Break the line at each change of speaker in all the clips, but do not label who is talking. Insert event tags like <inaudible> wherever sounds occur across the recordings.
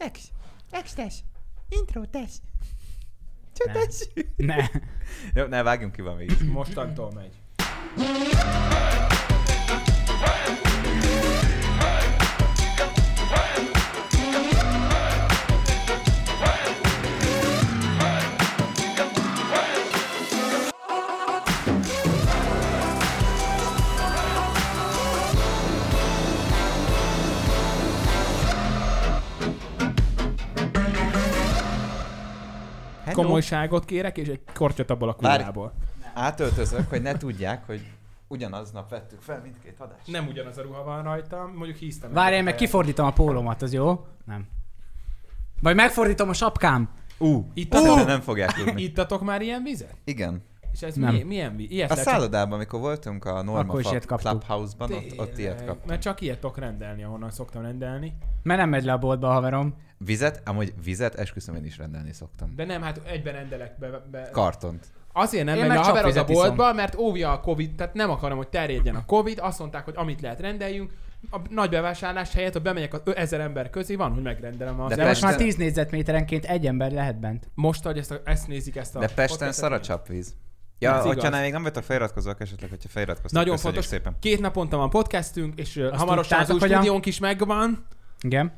Ex, ex tesz, intro tesz. Csak
Ne.
tesz.
Ne.
Jó, ne, vágjunk ki valamit.
Mostantól megy.
Hello.
Komolyságot kérek, és egy kortyot abból a
Várj.
kulából.
Átöltözök, hogy ne tudják, hogy ugyanaznap vettük fel mindkét adást.
Nem ugyanaz a ruha van rajtam, mondjuk híztam.
Várjál, meg kifordítom a pólomat, az jó? Nem. Vagy megfordítom a sapkám.
Ú,
Itt
azt
a-
hiszem, nem fogják
<laughs>
tudni.
Ittatok már ilyen vizet?
Igen.
És ez
Nem.
mi, milyen víz? Ilyet
A
lehet csak-
szállodában, amikor voltunk a Norma
Akkor is
Fa
ilyet kaptuk.
Clubhouse-ban, ott, ott ilyet
Tényleg.
kaptunk.
Mert csak ilyet tudok rendelni, ahonnan szoktam rendelni.
Mert nem megy le a boltba, haverom.
Hát Vizet? Amúgy vizet esküszöm én is rendelni szoktam.
De nem, hát egyben rendelek be. be.
Kartont.
Azért nem
Én
megy
meg
a
csak
haver az a
vizet iszom.
boltba, mert óvja a Covid, tehát nem akarom, hogy terjedjen a Covid. Azt mondták, hogy amit lehet rendeljünk. A nagy bevásárlás helyett, ha bemegyek az ö- ezer ember közé, van, hogy megrendelem az.
De
De most már
Persze.
10 négyzetméterenként egy ember lehet bent.
Most, hogy ezt, a, ezt nézik, ezt a...
De Pesten
podcastet,
szar a csapvíz.
Ez
Ja,
igaz.
hogyha nem, még nem vettek feliratkozók, esetleg, hogyha feliratkoztak,
Nagyon
köszönjük
fontos.
szépen.
Két naponta van podcastünk, és Azt hamarosan az
tudtátok,
új
hogy a-
stúdiónk is megvan.
Igen.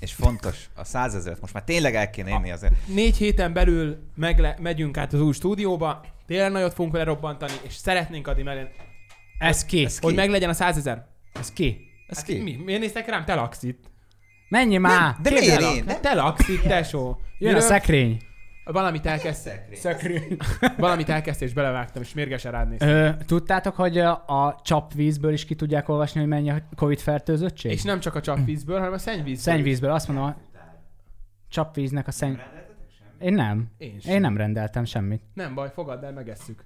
És fontos, a százezret most már tényleg el kéne inni azért.
Négy héten belül megle- megyünk át az új stúdióba, tényleg nagyot fogunk vele robbantani, és szeretnénk adni meg,
Ez ki? Ez
hogy meglegyen a százezer.
Ez ki?
Ez
Hát
ki?
mi? Miért néztek rám? Te laksz itt.
Menj már!
De miért
Kérdele.
én?
Hát
De-
Te laksz itt, tesó.
Jön a
Miről-
szekrény.
Valamit elkezdtél.
Szekrény.
Valamit elkezdtél, és belevágtam, és mérgesen rád néztem.
Ö, tudtátok, hogy ö, a csapvízből is ki tudják olvasni, hogy mennyi a Covid fertőzöttség?
És nem csak a csapvízből, hanem a szennyvízből.
Szennyvízből, azt mondom, a csapvíznek a szenny... Én nem.
Én sem.
Én nem rendeltem semmit.
Nem baj, fogadd el, megesszük.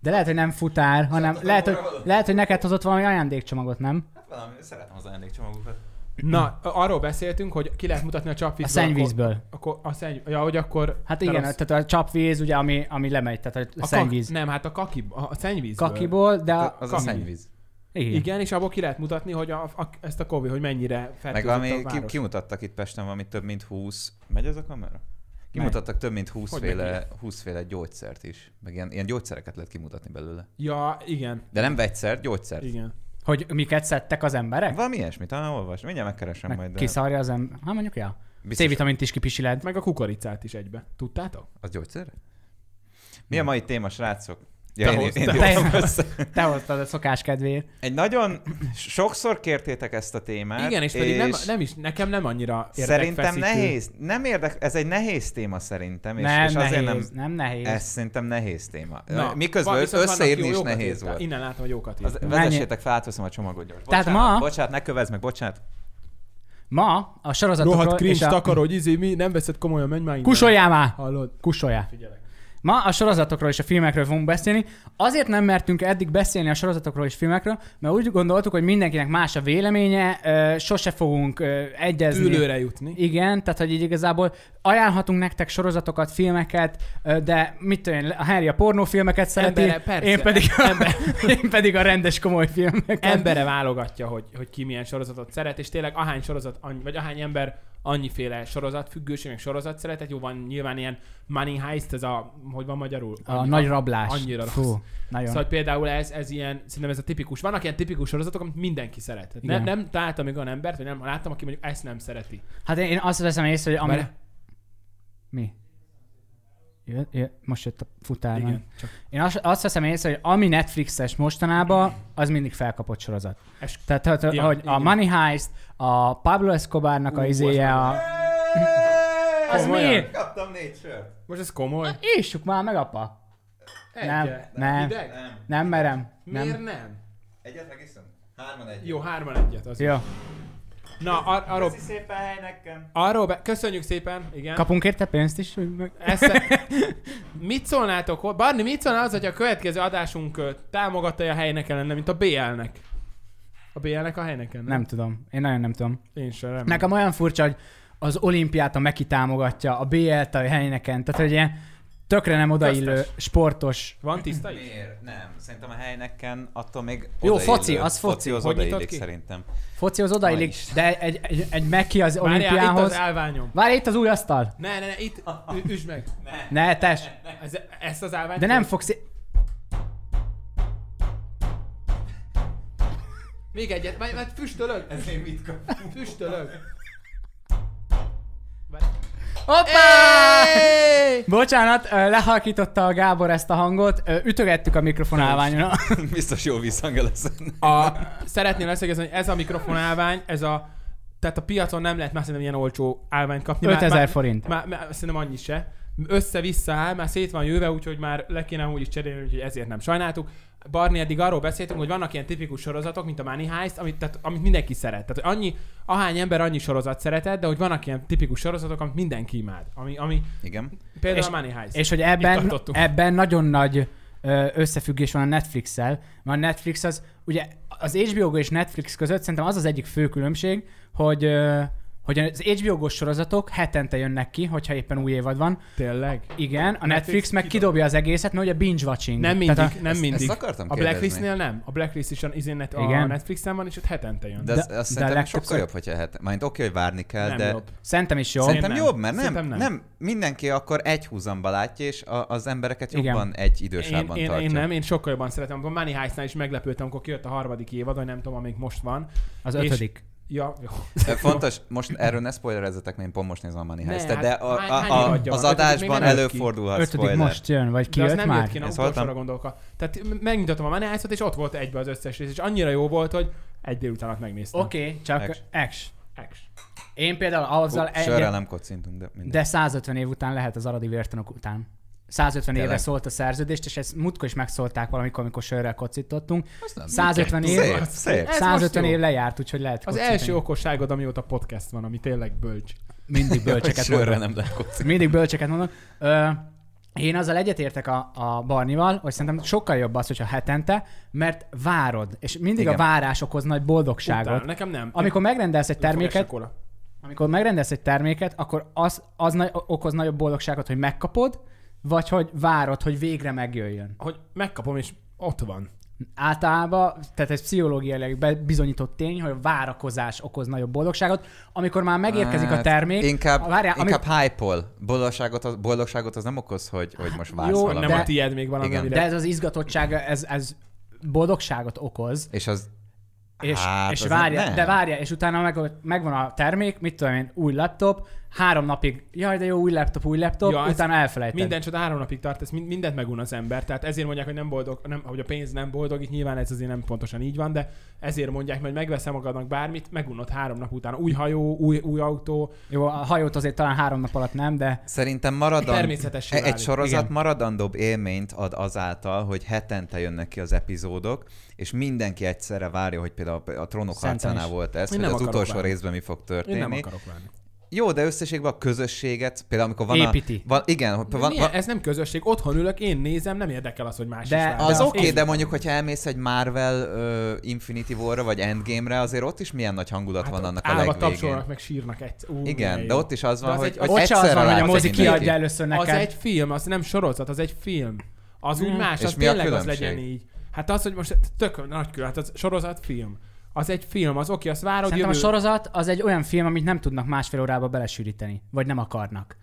De lehet, hogy nem futár, hanem lehet hogy, lehet, hogy neked hozott valami ajándékcsomagot, nem?
Hát valami, szeretem az ajándékcsomagokat.
Na, arról beszéltünk, hogy ki lehet mutatni a
A
csapvízből.
szennyvízből.
Akkor, akkor a szenny... Ja, hogy akkor...
Hát
te
igen,
rossz-
tehát a csapvíz, ugye, ami, ami lemegy, tehát a, a
kak-
szennyvíz.
Nem, hát a kaki, a a szennyvízből.
Kakiból, de a,
Az a
Kamion.
szennyvíz.
igen.
Igen, és abból ki lehet mutatni, hogy a, a, ezt a Covid, hogy mennyire
Meg
fertőzött
valami,
Hát a
ki,
város.
kimutattak itt Pesten valami több mint 20... Megy ez a kamera? Kimutattak több mint 20
Hogy
féle, 20 féle gyógyszert is. Meg ilyen, ilyen gyógyszereket lehet kimutatni belőle.
Ja, igen,
De nem vegyszert, gyógyszert.
igen.
Hogy miket szedtek az emberek?
Valami ilyesmit, talán olvasni. Mindjárt megkeresem
Meg
majd. de
kiszarja az ember. Hát mondjuk, ja.
biztos-
C-vitamint is kipisiled.
Meg a kukoricát is egybe. Tudtátok?
Az gyógyszer? Mi a mai téma, srácok?
Te
Ja, én, én,
hoztad.
én
Te-
írtam össze.
Te hoztad a szokás kedvéért.
Egy nagyon... Sokszor kértétek ezt a témát.
igen, és pedig nem, nem is, nekem nem annyira
Hát Szerintem
érdekfeszítő.
nehéz. Nem érdek, ez egy nehéz téma szerintem, és,
Nem,
és
nehéz,
azért
nem,
nem...
nem nehéz.
Ez szerintem nehéz téma.
Na,
Miközben
van-
össz-
viszont vannak
összeírni
jó-
is
jókat
nehéz
írtál.
volt.
Innen látom, hogy jókat
Az,
írtál.
vezessétek fel, átveszem a csomagot gyors.
Tehát
bocsánat,
ma-
Bocsánat, ne kövess meg, bocsánat.
Ma a
Rohadt
sorozatokról és
cringe
a...
takaró, hogy izé, mi nem veszed komolyan, menj már innen.
Kusoljál már!
Hallod?
Kusoljál.
Figyelek.
Ma a sorozatokról és a filmekről fogunk beszélni. Azért nem mertünk eddig beszélni a sorozatokról és filmekről, mert úgy gondoltuk, hogy mindenkinek más a véleménye, ö, sose fogunk ö, egyezni.
Ülőre jutni.
Igen, tehát hogy így igazából ajánlhatunk nektek sorozatokat, filmeket, ö, de mit tudom én, a Harry a pornófilmeket szereti,
Embere, persze.
én, pedig, <laughs> én pedig a rendes komoly filmeket.
Embere válogatja, hogy, hogy ki milyen sorozatot szeret, és tényleg ahány sorozat, annyi, vagy ahány ember annyiféle sorozat függőség, meg sorozat szeretet. Jó, van nyilván ilyen money heist, ez a, hogy van magyarul?
A
Annyi-
nagy rablás.
Annyira
Fú,
rossz.
nagyon.
Szóval például ez, ez ilyen, szerintem ez a tipikus. Vannak ilyen tipikus sorozatok, amit mindenki szeret. Tehát
Igen.
Nem, nem találtam még olyan embert, vagy nem láttam, aki mondjuk ezt nem szereti.
Hát én, én azt veszem észre, hogy ami...
Várj.
Mi? Jö, jö, most jött a futárban.
Igen.
Igen.
Csak
Én azt, azt veszem észre, hogy ami Netflixes mostanában, az mindig felkapott sorozat.
es-
Tehát, hát,
Ja,
ja, hogy a
igen.
Money Heist, a Pablo Escobarnak a
Ú,
izéje,
az
a... Az
Komolyan?
mi?
Kaptam négy sört.
Most ez komoly.
Éssük már meg, apa.
Egy,
nem,
eh,
nem.
Hideg?
Nem.
Nem merem.
Miért
Nem.
nem?
Egyet megiszom? Hárman egy.
Jó, hárman egyet. Az
Jó.
Na, ar- arról,
Köszi szépen helynekem.
arról be- köszönjük szépen. Igen.
Kapunk érte pénzt is? hogy meg-
Esze... <laughs> mit szólnátok? hol- Barni, mit szólnál az, hogy a következő adásunk ö, támogatója a helynek lenne, mint a BL-nek? A BL-nek a helynek lenne?
Nem tudom. Én nagyon nem tudom.
Én sem, nem.
Nekem olyan furcsa, hogy az olimpiát a Meki támogatja, a BL-t a helyneken. Tehát, hogy ilyen tökre nem odaillő
Köztes.
sportos.
Van tiszta is?
Miért? Nem. Szerintem a helyneken attól még
Jó,
odaillő.
foci, az foci.
az
Hogy nyitod
odaillik
ki?
szerintem. <laughs>
Foci az odaillik,
Aj.
de egy, egy, egy meki az
Várjál, itt az
olimpiához.
állványom.
Várj, itt az új asztal.
Ne, ne, ne, itt, ü- üsd meg.
Ne, tes.
Ez, ezt az állványt?
De nem fogsz...
Még egyet, majd, majd füstölök. Ez én mit kapom? Füstölök. Várj.
Hoppá! Bocsánat, ö, lehalkította a Gábor ezt a hangot, ö, ütögettük a mikrofon állványon. <laughs>
Biztos jó visszhangja lesz.
A, szeretném leszögezni, hogy ez a mikrofon állvány, ez a tehát a piacon nem lehet már szerintem ilyen olcsó állványt kapni. Már-
5000
már-
forint.
Már, már, szerintem annyi se. Össze-vissza áll, már szét van jöve, úgyhogy már le kéne úgy is cserélni, úgyhogy ezért nem sajnáltuk. Barni eddig arról beszéltünk, hogy vannak ilyen tipikus sorozatok, mint a Money Heist, amit, tehát, amit mindenki szeret. Tehát hogy annyi, ahány ember annyi sorozat szeretett, de hogy vannak ilyen tipikus sorozatok, amit mindenki imád. Ami, ami
Igen.
például
És-
a Money Heist.
És hogy
Itt
ebben,
tartottunk.
ebben nagyon nagy ö, összefüggés van a Netflix-szel, mert a Netflix az, ugye az HBO és Netflix között szerintem az az egyik fő különbség, hogy ö, hogy az HBO-gos sorozatok hetente jönnek ki, hogyha éppen új évad van.
Tényleg?
Igen, a Netflix,
Netflix
meg kidobja az egészet, mert ugye binge watching.
Nem mindig,
Tehát a,
nem mindig.
Ezt akartam
a
kérdezni.
Blacklistnél nem. A Blacklist is a, izén net, a
Igen.
Netflixen van, és ott hetente jön.
De, az,
De-
azt
de
szerintem
legtöbb-
sokkal jobb, hogyha hát. Majd oké, hogy várni kell,
nem
de...
jobb.
Szerintem is jó.
Szerintem
nem.
jobb, mert nem,
Szerintem
nem.
nem.
nem. Mindenki akkor egy húzamba látja, és a, az embereket
Igen.
jobban egy
Én,
idősávban
én,
tartja.
én, nem, én sokkal jobban szeretem. A Money Heistnál is meglepődtem, amikor kijött a harmadik évad, vagy nem tudom, amíg most van.
Az
És-
ötödik.
Ja, jó.
Ö, Fontos, most erről ne spoilerezzetek, mert én pont most nézem a Money
Ne,
heist de
hát
a,
hány-
a,
hány
a,
évadja
az
van? Ötödik még
adásban
nem jött ki.
előfordulhat
Ötödik
spoiler.
most jön, vagy ki
De az
jött
nem
már?
jött ki, nem
Ezt
utolsóra
hallottam.
gondolka. Tehát m- megnyitottam a Money Heistot, és ott volt egybe az összes rész, és annyira jó volt, hogy egy délután alatt megnéztem.
Oké, okay, csak
Ex.
ex. ex.
Ex.
Én például azzal
Hú, Sörrel
egyet,
nem kocintunk, de mindegy.
de 150 év után lehet az aradi vértanok után. 150 évre
Tényleg?
szólt a szerződést, és ezt múltkor is megszólták valamikor, amikor sörrel kocintottunk.
Azt nem-
150 év,
Szép, szép.
Ez
150
most jó.
év lejárt, úgyhogy lehet
Az
kocintani.
első okosságod, amióta podcast van, ami tényleg bölcs.
Mindig bölcseket
Sörrel
mondok.
nem lehet kocintunk.
Mindig bölcseket mondok. Ö, én azzal egyetértek a, a Barnival, hogy szerintem sokkal jobb az, hogyha hetente, mert várod, és mindig
Igen.
Igen. a várás okoz nagy boldogságot.
Utána, nekem nem.
Amikor megrendelsz egy terméket,
Fogás a
Amikor megrendelsz egy terméket, akkor az, az na- okoz nagyobb boldogságot, hogy megkapod, vagy hogy várod, hogy végre megjöjjön.
Hogy megkapom, és ott van.
Általában, tehát ez pszichológiailag be- bizonyított tény, hogy a várakozás okoz nagyobb boldogságot. Amikor már megérkezik a
Hát,
termék,
Inkább,
a- várjál, ami-
inkább hype-ol. Boldogságot az, boldogságot az nem okoz, hogy, hogy most vársz
Jó,
valamit.
Nem
de-
a tiéd még valami,
Igen.
amire
de ez az izgatottság, ez, ez boldogságot okoz,
És az...
és,
Hát,
és
az
várja,
nem.
de várja, és utána meg, megvan a termék, mit tudom én, új laptop, három napig, jaj, de jó, új laptop, új laptop,
Ja,
ja,
ez
utána elfelejted.
Minden csoda három napig tart, ez mind- mindent megun az ember. Tehát ezért mondják, hogy nem boldog, nem, hogy a pénz nem boldog, itt nyilván ez azért nem pontosan így van, de ezért mondják, hogy megveszem magadnak bármit, megunod három nap után. Új hajó, új, új autó.
Jó, a hajót azért talán három nap alatt nem, de
Szerintem maradan...
Természetessé
egy
válik.
sorozat
Igen.
maradandóbb élményt ad azáltal, hogy hetente jönnek ki az epizódok, és mindenki egyszerre várja, hogy például a Trónok
Szerintem
harcánál
is.
volt ez,
Én
hogy
nem
az
akarok
utolsó
várni.
részben mi fog
Én nem
történni.
akarok várni.
Jó, de összességben a közösséget, például amikor van
Építi.
a... Van, igen, hogy van,
Van,
van,
Ez nem közösség, otthon ülök, én nézem, nem érdekel az, hogy más
De
is látja.
az
de-
oké, okay,
Én-
de mondjuk, hogyha elmész egy Marvel uh, Infinity War-ra, vagy Endgame-re, azért ott is milyen nagy hangulat
Hát
hát
ott
van annak a
állva
legvégén.
tapsolnak, meg sírnak egy. Ú,
Igen,
milyen
de
jó.
ott is az
De
van,
az
hogy,
egy-
hogy
Ott se az
egyszerre
van, hogy a
látod
mozi
mindenkit.
kiadja először
Az
neked.
egy film, az nem sorozat, az egy film. Az úgy
Mm.
más,
És
az
mi a
tényleg az
különbség?
legyen így. Hát az, hogy most tök nagy külön, hát az sorozat film. Az egy film, az oké, azt várod,
Szerintem
jövő...
a sorozat az egy olyan film, amit nem tudnak másfél órába belesűríteni, vagy nem akarnak.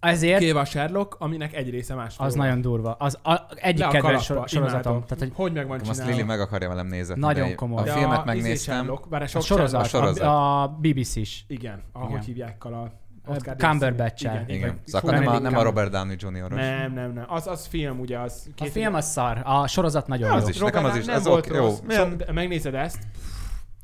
Ezért
Kéve a Sherlock, aminek egy része más.
az nagyon durva. Az a, egyik kedvenc sor- sorozatom. Tehát,
hogy,
hogy
hogy meg van
Most
csinálva.
Lili meg akarja velem nézetni.
Nagyon
de
komoly.
A
De izé
filmet megnéztem.
Sherlock, bár a
a
sok
sorozat,
A sorozat.
A, a BBC is.
Igen, ahogy
Igen.
hívják kal a
A
díjas-
Cumberbatch-el.
Igen,
Igen.
igen.
Szóval
Fú,
akkor nem, a,
Benedict
nem a
Cumber-
Robert Downey Jr. -os.
Nem, nem, nem. Az, az film, ugye, az...
A
két-
film az szar, a sorozat nagyon
Az
jó.
is. nekem
Robert
is,
nem
ez
volt
oké, jó.
rossz.
Milyen-
Sok- de Megnézed ezt,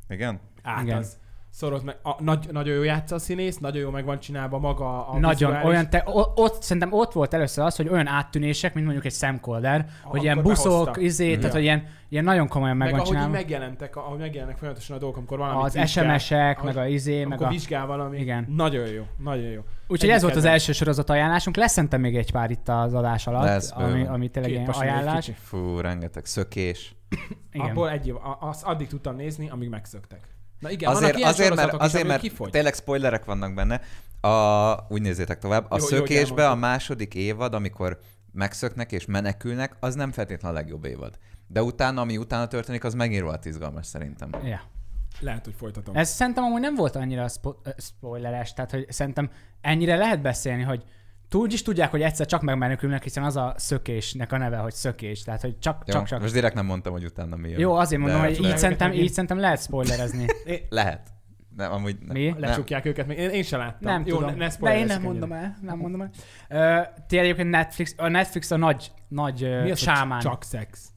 Igen?
át
Igen.
az. Szorod meg, a, nagy, nagyon jó játsza a színész, nagyon jó meg van csinálva maga a
Nagyon,
vizuális-
olyan, te, o- ott, szerintem ott volt először az, hogy olyan áttűnések, mint mondjuk egy Sam Calder, hogy ilyen
Amikor
buszok,
behozta.
izé,
Mhm.
tehát hogy ilyen, ilyen nagyon komolyan meg
meg
van
ahogy így
csinálva.
megjelentek, ahogy megjelennek folyamatosan a dolgok, amikor valami
Az SMS-ek, meg a izé, meg
amikor
a...
vizsgál valami.
Igen.
Nagyon jó, nagyon jó.
Úgyhogy
Egyik
ez volt az
kedvenc.
első sorozat ajánlásunk. Leszentem még egy pár itt az adás alatt,
Lesz
ami,
bőven.
ami tényleg
Két
ilyen
pasi, egy
ajánlás.
kicsi.
Fú, rengeteg szökés.
Igen.
Abból egy év, a- azt addig tudtam nézni, amíg megszöktek. Na igen,
Azért,
vannak ilyen
azért, mert,
sorozatok is,
azért,
amiből
mert
kifogy.
tényleg spoilerek vannak benne. A, úgy nézzétek tovább.
Jó,
A jó,
jó,
szökésbe
elmondtad.
a második évad, amikor megszöknek és menekülnek, az nem feltétlenül a legjobb évad. De utána, ami utána történik, az megint rohadt izgalmas szerintem.
Ja.
Lehet, hogy folytatom.
Ez szerintem amúgy nem volt annyira spo- ö, spoileres, tehát hogy szerintem ennyire lehet beszélni, hogy úgy is tudják, hogy egyszer csak megmenekülnek, hiszen az a szökésnek a neve, hogy szökés, tehát hogy csak,
Jó,
csak, csak.
Most direkt nem mondtam, hogy utána mi jön.
Jó, azért mondom,
De- hát
hogy
de-
így szerintem,
de-
így szerintem lehet
<laughs>
spoilerezni.
Lehet. Nem, amúgy nem.
Mi?
Nem.
Lecsukják őket még. Én, én se láttam.
Nem
Jó,
tudom.
Ne, ne
De én
spoilerezzük
nem
ennyire.
mondom el, nem mondom el. Ö, ti egyébként Netflix, a Netflix a nagy, nagy ö,
Mi az, hogy
sámán.
Csak szex.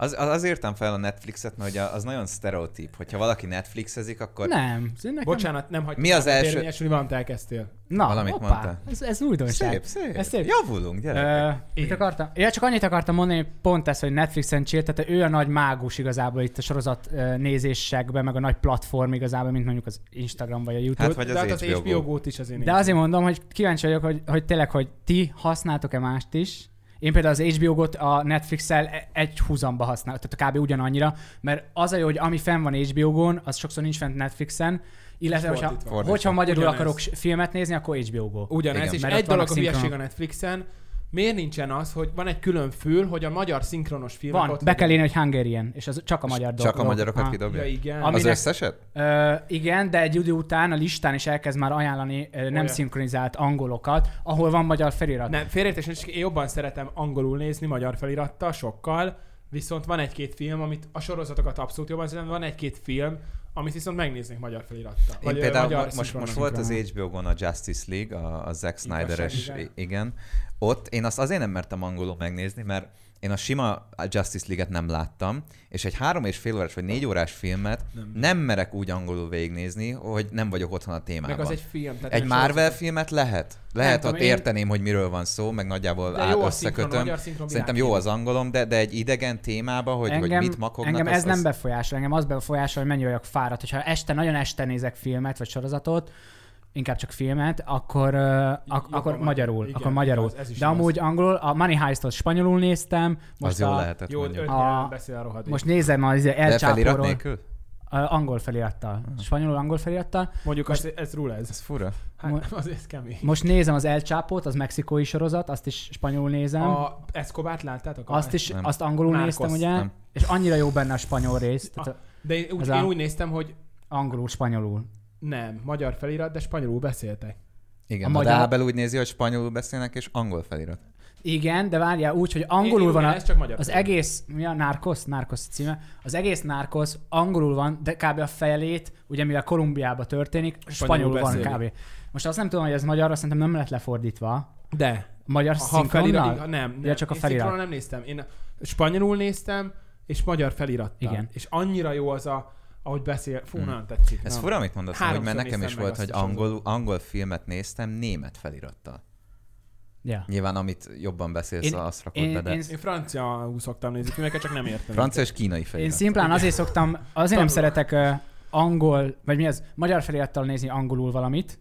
Az, az, az írtam fel a Netflixet, mert ugye az nagyon sztereotíp. Hogyha valaki Netflixezik, akkor
Nem. ez Nekem...
Bocsánat, nem hagytam.
Mi az első- Hát,
Érvényesülni, valamit elkezdtél.
Na,
Valamit
hoppá,
mondtál.
Ez, ez
szép,
újdonság.
szép.
Ez szép.
Javulunk, gyerekek.
Ö, mit
Én.
akartam? Ja, csak annyit akartam mondani, hogy pont ez, hogy Netflixen chill, tehát ő a nagy mágus igazából itt a sorozat ö, nézésekben, meg a nagy platform igazából, mint mondjuk az Instagram vagy a YouTube.
Hát, vagy
De
az
hát az
HBO
HBO gót is az én
De azért mondom, hogy kíváncsi vagyok, hogy, hogy tényleg, hogy ti használtok-e mást is. Én például az HBO-got a Netflix-el e- egy húzamba használom, tehát kb. ugyanannyira, mert az a jó, hogy ami fenn van HBO-gon, az sokszor nincs fent Netflixen, illetve hogyha,
Fordítva.
Fordítva.
hogyha magyarul
Ugyanez.
akarok s- filmet nézni, akkor HBO Go.
Ugyanez,
Igen.
és
Mert
egy
ott vannak
dolog a hülyeség a
szinkronok.
Netflixen, miért nincsen az, hogy van egy külön fül, hogy a magyar szinkronos filmek
Van,
ott
be kell írni, hogy Hungarian, és az csak a magyar dolog.
Csak a magyarokat
Ah.
kidobja.
Ja, igen.
Ami-
Az
Aminek-
összeset?
Ö, igen, de egy idő után a listán is elkezd már ajánlani ö, nem
Olyan.
szinkronizált angolokat, ahol van magyar felirat.
Hát-
Nem, félreértés, nincs, én jobban szeretem angolul nézni, magyar felirattal, sokkal, viszont van egy-két film, amit a sorozatokat abszolút jobban szeretem, van egy-két film, amit viszont megnéznék magyar felirattal.
Én
ö,
például mo- most,
szinkronos.
most volt az HBO-gon a Justice League, a, a Zack Snyder-es,
Igazság, igen.
igen. Ott én azt azért nem mertem angolul megnézni, mert én a sima Justice League-et nem láttam, és egy három és fél órás vagy négy órás filmet nem, nem merek úgy angolul végignézni, hogy nem vagyok otthon a témában.
Meg az egy film.
Hát
Tehát
Egy
nem
Marvel
sorozat.
filmet lehet? Lehet,
tudom,
ott
én-
érteném, hogy miről van szó, meg nagyjából
De
át
jó a szinkron, a
összekötöm.
magyar szinkron
Szerintem
világ.
jó az angolom, de, de egy idegen témába, hogy, engem, hogy mit makognak.
engem
az-
ez nem
az-
befolyásol, engem az befolyásol, hogy mennyi vagyok fáradt. Hogyha este, nagyon este nézek filmet vagy sorozatot, inkább csak filmet, akkor, ö, ak-
Jobban
akkor
van.
magyarul.
Igen,
akkor magyarul.
igaz, ez is
De
igaz.
amúgy angolul, a Money Heist-ot spanyolul néztem, most,
Az jó
a,
lehetett
Jó,
mondjuk.
öt
A-
nyelven beszél a rohadék.
most nézem az El
De felirat
Chapo-ról,
nélkül?
ö, angol felirattal, spanyolul angol felirattal.
Mondjuk az, ez rul ez.
Ez fura.
Hát, az, ez kemény.
Most nézem az El Chapo-t, az mexikói sorozat, azt is spanyolul nézem.
A Escobát láttátok?
Azt is,
Nem.
azt angolul
Márkosz.
néztem, ugye?
Nem.
És annyira jó benne a spanyol rész, tehát a-
De én úgy,
Ez
én
a-
úgy néztem, hogy
angolul, spanyolul.
nem, magyar felirat, de spanyolul beszéltek.
Igen,
A
a magyar...
magyar-
de Ábel úgy nézi, hogy spanyolul beszélnek, és angol felirat.
Igen, de várjál úgy, hogy angolul
Én-
van a,
ez csak magyar
az
felirat.
egész, mi a Narcos, Narcos címe, az egész Narcos angolul van, de kb. a felét, ugye mivel Kolumbiába történik, spanyolul, van
beszélik.
kb. Most azt nem tudom, hogy ez magyarra szerintem nem lett lefordítva.
De.
Magyar
Ha felirat,
szinkronnal?
ha nem, nem.
Ja, csak a
Én
felirat.
szinkronnal nem néztem. Én spanyolul néztem, és magyar felirattal.
Igen. Mm.
És annyira jó az a, ahogy beszél. Fú, nagyon tetszik.
Ez
Na.
fura, amit mondasz, hogy
Háromszor
mert nekem
néztem
is
meg
volt,
azt
hogy
is, az
angol, angol filmet néztem német felirattal.
Ja.
Nyilván, amit jobban beszélsz,
Én-
azt rakod
én-
be, de
én-
Én franciául szoktam nézni filmeket, csak nem értem.
francia és kínai
Én
felirat.
szimplán azért szoktam, azért nem
Tanulok.
szeretek ö, angol, vagy mi ez, magyar felirattal nézni angolul valamit,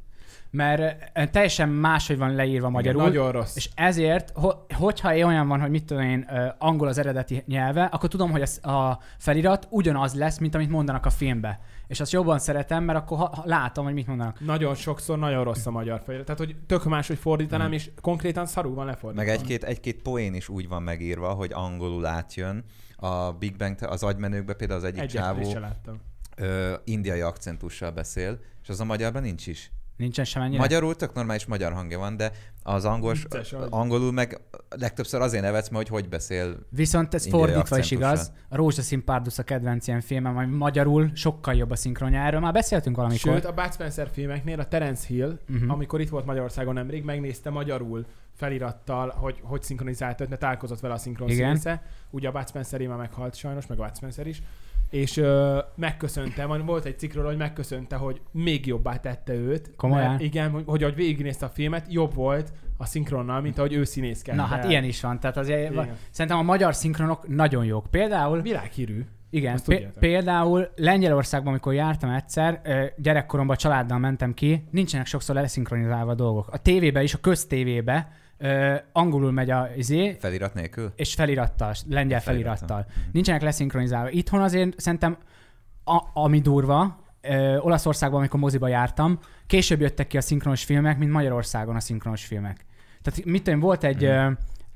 mert ö, teljesen máshogy van leírva magyarul.
Nagyon rossz.
És ezért, ho- hogyha én olyan van, hogy mit tudom én, ö, angol az eredeti nyelve, akkor tudom, hogy az, a felirat ugyanaz lesz, mint amit mondanak a filmbe. És azt jobban szeretem, mert akkor ha- ha látom, hogy mit mondanak.
Nagyon sokszor nagyon rossz a magyar felirat. Tehát, hogy tök más, hogy
Mm.
fordítanám, és konkrétan szarul van lefordítva.
Meg egy-két, egy-két poén is úgy van megírva, hogy angolul átjön. A Big Bang, te- az agymenőkben például az egyik
Egyet is
csávó
se láttam.
ö, indiai akcentussal beszél, és az a magyarban nincs is.
Nincsen semennyire.
Magyarul tök normális magyar hangja van, de az angols,
Vicces, ahogy-
angolul meg legtöbbször azért nevetsz, mert hogy hogy beszél
Viszont ez
Indiai
fordítva is
akcentussal.
igaz. A Rózsaszín Párduc a kedvenc ilyen filmem, ami magyarul sokkal jobb a szinkronja. Erről már beszéltünk valamikor.
Sőt, a Bud Spencer filmeknél a Terence Hill,
Mhm.
uh-huh. amikor itt volt Magyarországon nemrég, megnézte magyarul felirattal, hogy hogy szinkronizált őt, mert találkozott vele a szinkron
Igen.
színésze. Ugye a Bud Spencer már meghalt sajnos, meg a Bud Spencer is. És ö, megköszönte, van- volt egy cikkről, hogy megköszönte, hogy még jobbá tette őt.
Komolyan?
Mert igen, hogy, hogy ahogy végignézte a filmet, jobb volt a szinkronnal, mint ahogy ő színészkedett.
Na hát ilyen is van. Tehát azért,
Igen.
szerintem a magyar szinkronok nagyon jók. Például
Világhírű.
Igen,
Azt
pé-
tudjátok.
például Lengyelországban, amikor jártam egyszer, ö, gyerekkoromban a családdal mentem ki, nincsenek sokszor leszinkronizálva a dolgok. A tévébe is, a köztévébe ö, angolul megy a izé,
felirat nélkül.
és felirattal, lengyel
Felirattal.
felirattal. Nincsenek leszinkronizálva. Itthon azért szerintem, a, ami durva, ö, Olaszországban, amikor moziba jártam, később jöttek ki a szinkronos filmek, mint Magyarországon a szinkronos filmek. Tehát mit tudom, volt egy,
Mhm.
mm.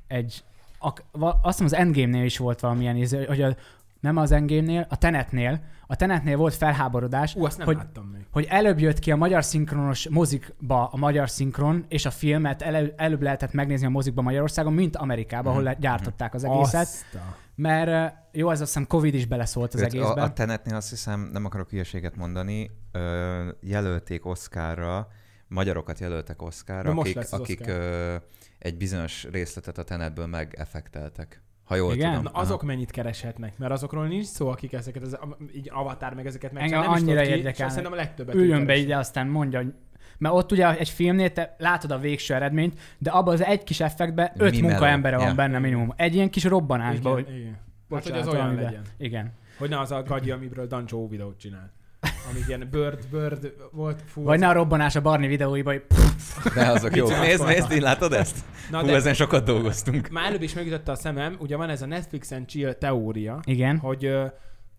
egy ak, va, azt hiszem az Endgame-nél is volt valamilyen, izé, hogy a, nem az Endgame-nél, a Tenetnél. A Tenetnél volt felháborodás,
Ú, azt nem
Hogy-
hogy... láttam még.
hogy előbb jött ki a magyar szinkronos mozikba a magyar szinkron, és a filmet elő, előbb lehetett megnézni a mozikba Magyarországon, mint Amerikában, ahol
Mhm.
le- gyártották az egészet.
Azt a-
Mert ö, jó, ez azt hiszem Covid is beleszólt az
Őt
egészben.
A, a Tenetnél azt hiszem, nem akarok hülyeséget mondani, ö, jelölték Oszkárra, magyarokat jelöltek Oszkárra,
Na most
akik,
lesz az
akik
Oscar.
ö, egy bizonyos részletet a Tenetből megeffekteltek. Ha jól
Igen?
tudom.
Na
Aha.
azok mennyit kereshetnek? Mert azokról nincs szó, akik ezeket, az, am- így avatár meg ezeket meg
Engem
nem is tudod
annyira
ki,
érdekel.
és Szerintem a legtöbbet
Üljön
így
be
keresik.
ide, aztán mondja, hogy- mert ott ugye egy filmnél te látod a végső eredményt, de abban az egy kis effektben öt
Mi mellett,
munkaembere van
ja.
benne minimum. Egy ilyen kis robbanásban,
Igen,
hogy
igen. Hát, hogy
bocsánat,
az olyan
valamiben.
legyen.
Igen.
Hogy ne az a gagyi, amiből Dancsó új videót csinál. Amíg ilyen bird, bird volt. Fú,
Vagy
az-
ne a robbanás a Barni videóiban, hogy
De azok
<laughs>
jó.
Mit
Nézd,
csinálsz?
nézd, így látod ezt?
Na,
Hú,
de
ezen sokat dolgoztunk.
már előbb is megütötte a szemem, ugye van ez a Netflix and chill teória,
igen.
hogy ö,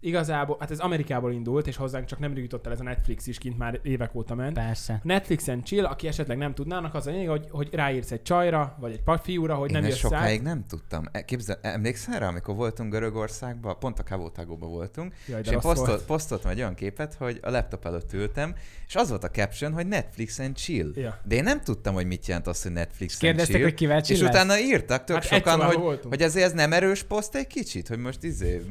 igazából, hát ez Amerikából indult, és hozzánk csak nemrég jutott el ez a Netflix is, kint már évek óta ment.
Persze.
Netflixen chill, aki esetleg nem tudnának, az a lényeg, hogy, hogy ráírsz egy csajra, vagy egy pa- fiúra, hogy
Én
nem
ezt
jössz át.
sokáig nem tudtam. E, Képzel, emlékszel rá, amikor voltunk Görögországban, pont a Kavótágóban voltunk,
Jaj,
és
de
én
rossz volt.
posztolt, posztoltam egy olyan képet, hogy a laptop előtt ültem, és az volt a caption, hogy Netflix and chill.
Ja.
De én nem tudtam, hogy mit jelent az, hogy Netflix and
Kérdeztek,
chill.
hogy kivel
és
csinálsz?
utána írtak tök
Hát
hát
egy
sokan,
szobában
hogy,
voltunk.
hogy ezért ez nem erős poszt egy kicsit, hogy most izé,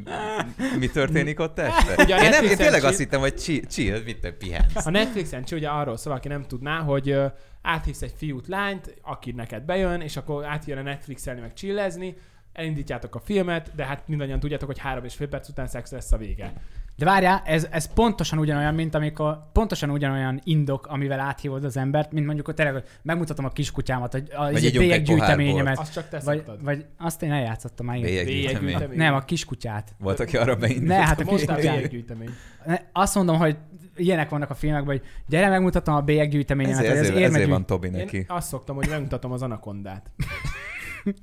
mi történik ott este.
Ugye a
Én, nem,
Netflixen
én tényleg
chill-
azt hittem, hogy chill, chill mit te pihensz.
A Netflixen chill ugye arról szól, aki nem tudná, hogy ö, áthívsz egy fiút, lányt, aki neked bejön, és akkor átjön a Netflixelni, meg chillezni, elindítjátok a filmet, de hát mindannyian tudjátok, hogy három és fél perc után szex lesz a vége.
De várjál, ez, ez pontosan ugyanolyan, mint amikor, pontosan ugyanolyan indok, amivel áthívod az embert, mint mondjuk, hogy tényleg, hogy megmutatom a kiskutyámat, hogy a, vagy
Vagy igyunk egy pohár
gyűjteményemet.
Azt csak te
Vagy,
szoktad.
vagy, azt én eljátszottam már, igen.
Bélyeggyűjtemény.
Bélyeggyűjtemény.
Nem, a kiskutyát.
Volt, aki arra beindult.
Ne, hát a
Szóval Most már
kiskutyát.
bélyeggyűjtemény.
Ne, Azt mondom, hogy ilyenek vannak a filmekben, hogy gyere, megmutatom a bélyeggyűjteményemet,
ezért,
vagy az
ezért, ezért
érmegyűjt...
van Tobi neki.
hát Én azt szoktam, hogy megmutatom az anakondát.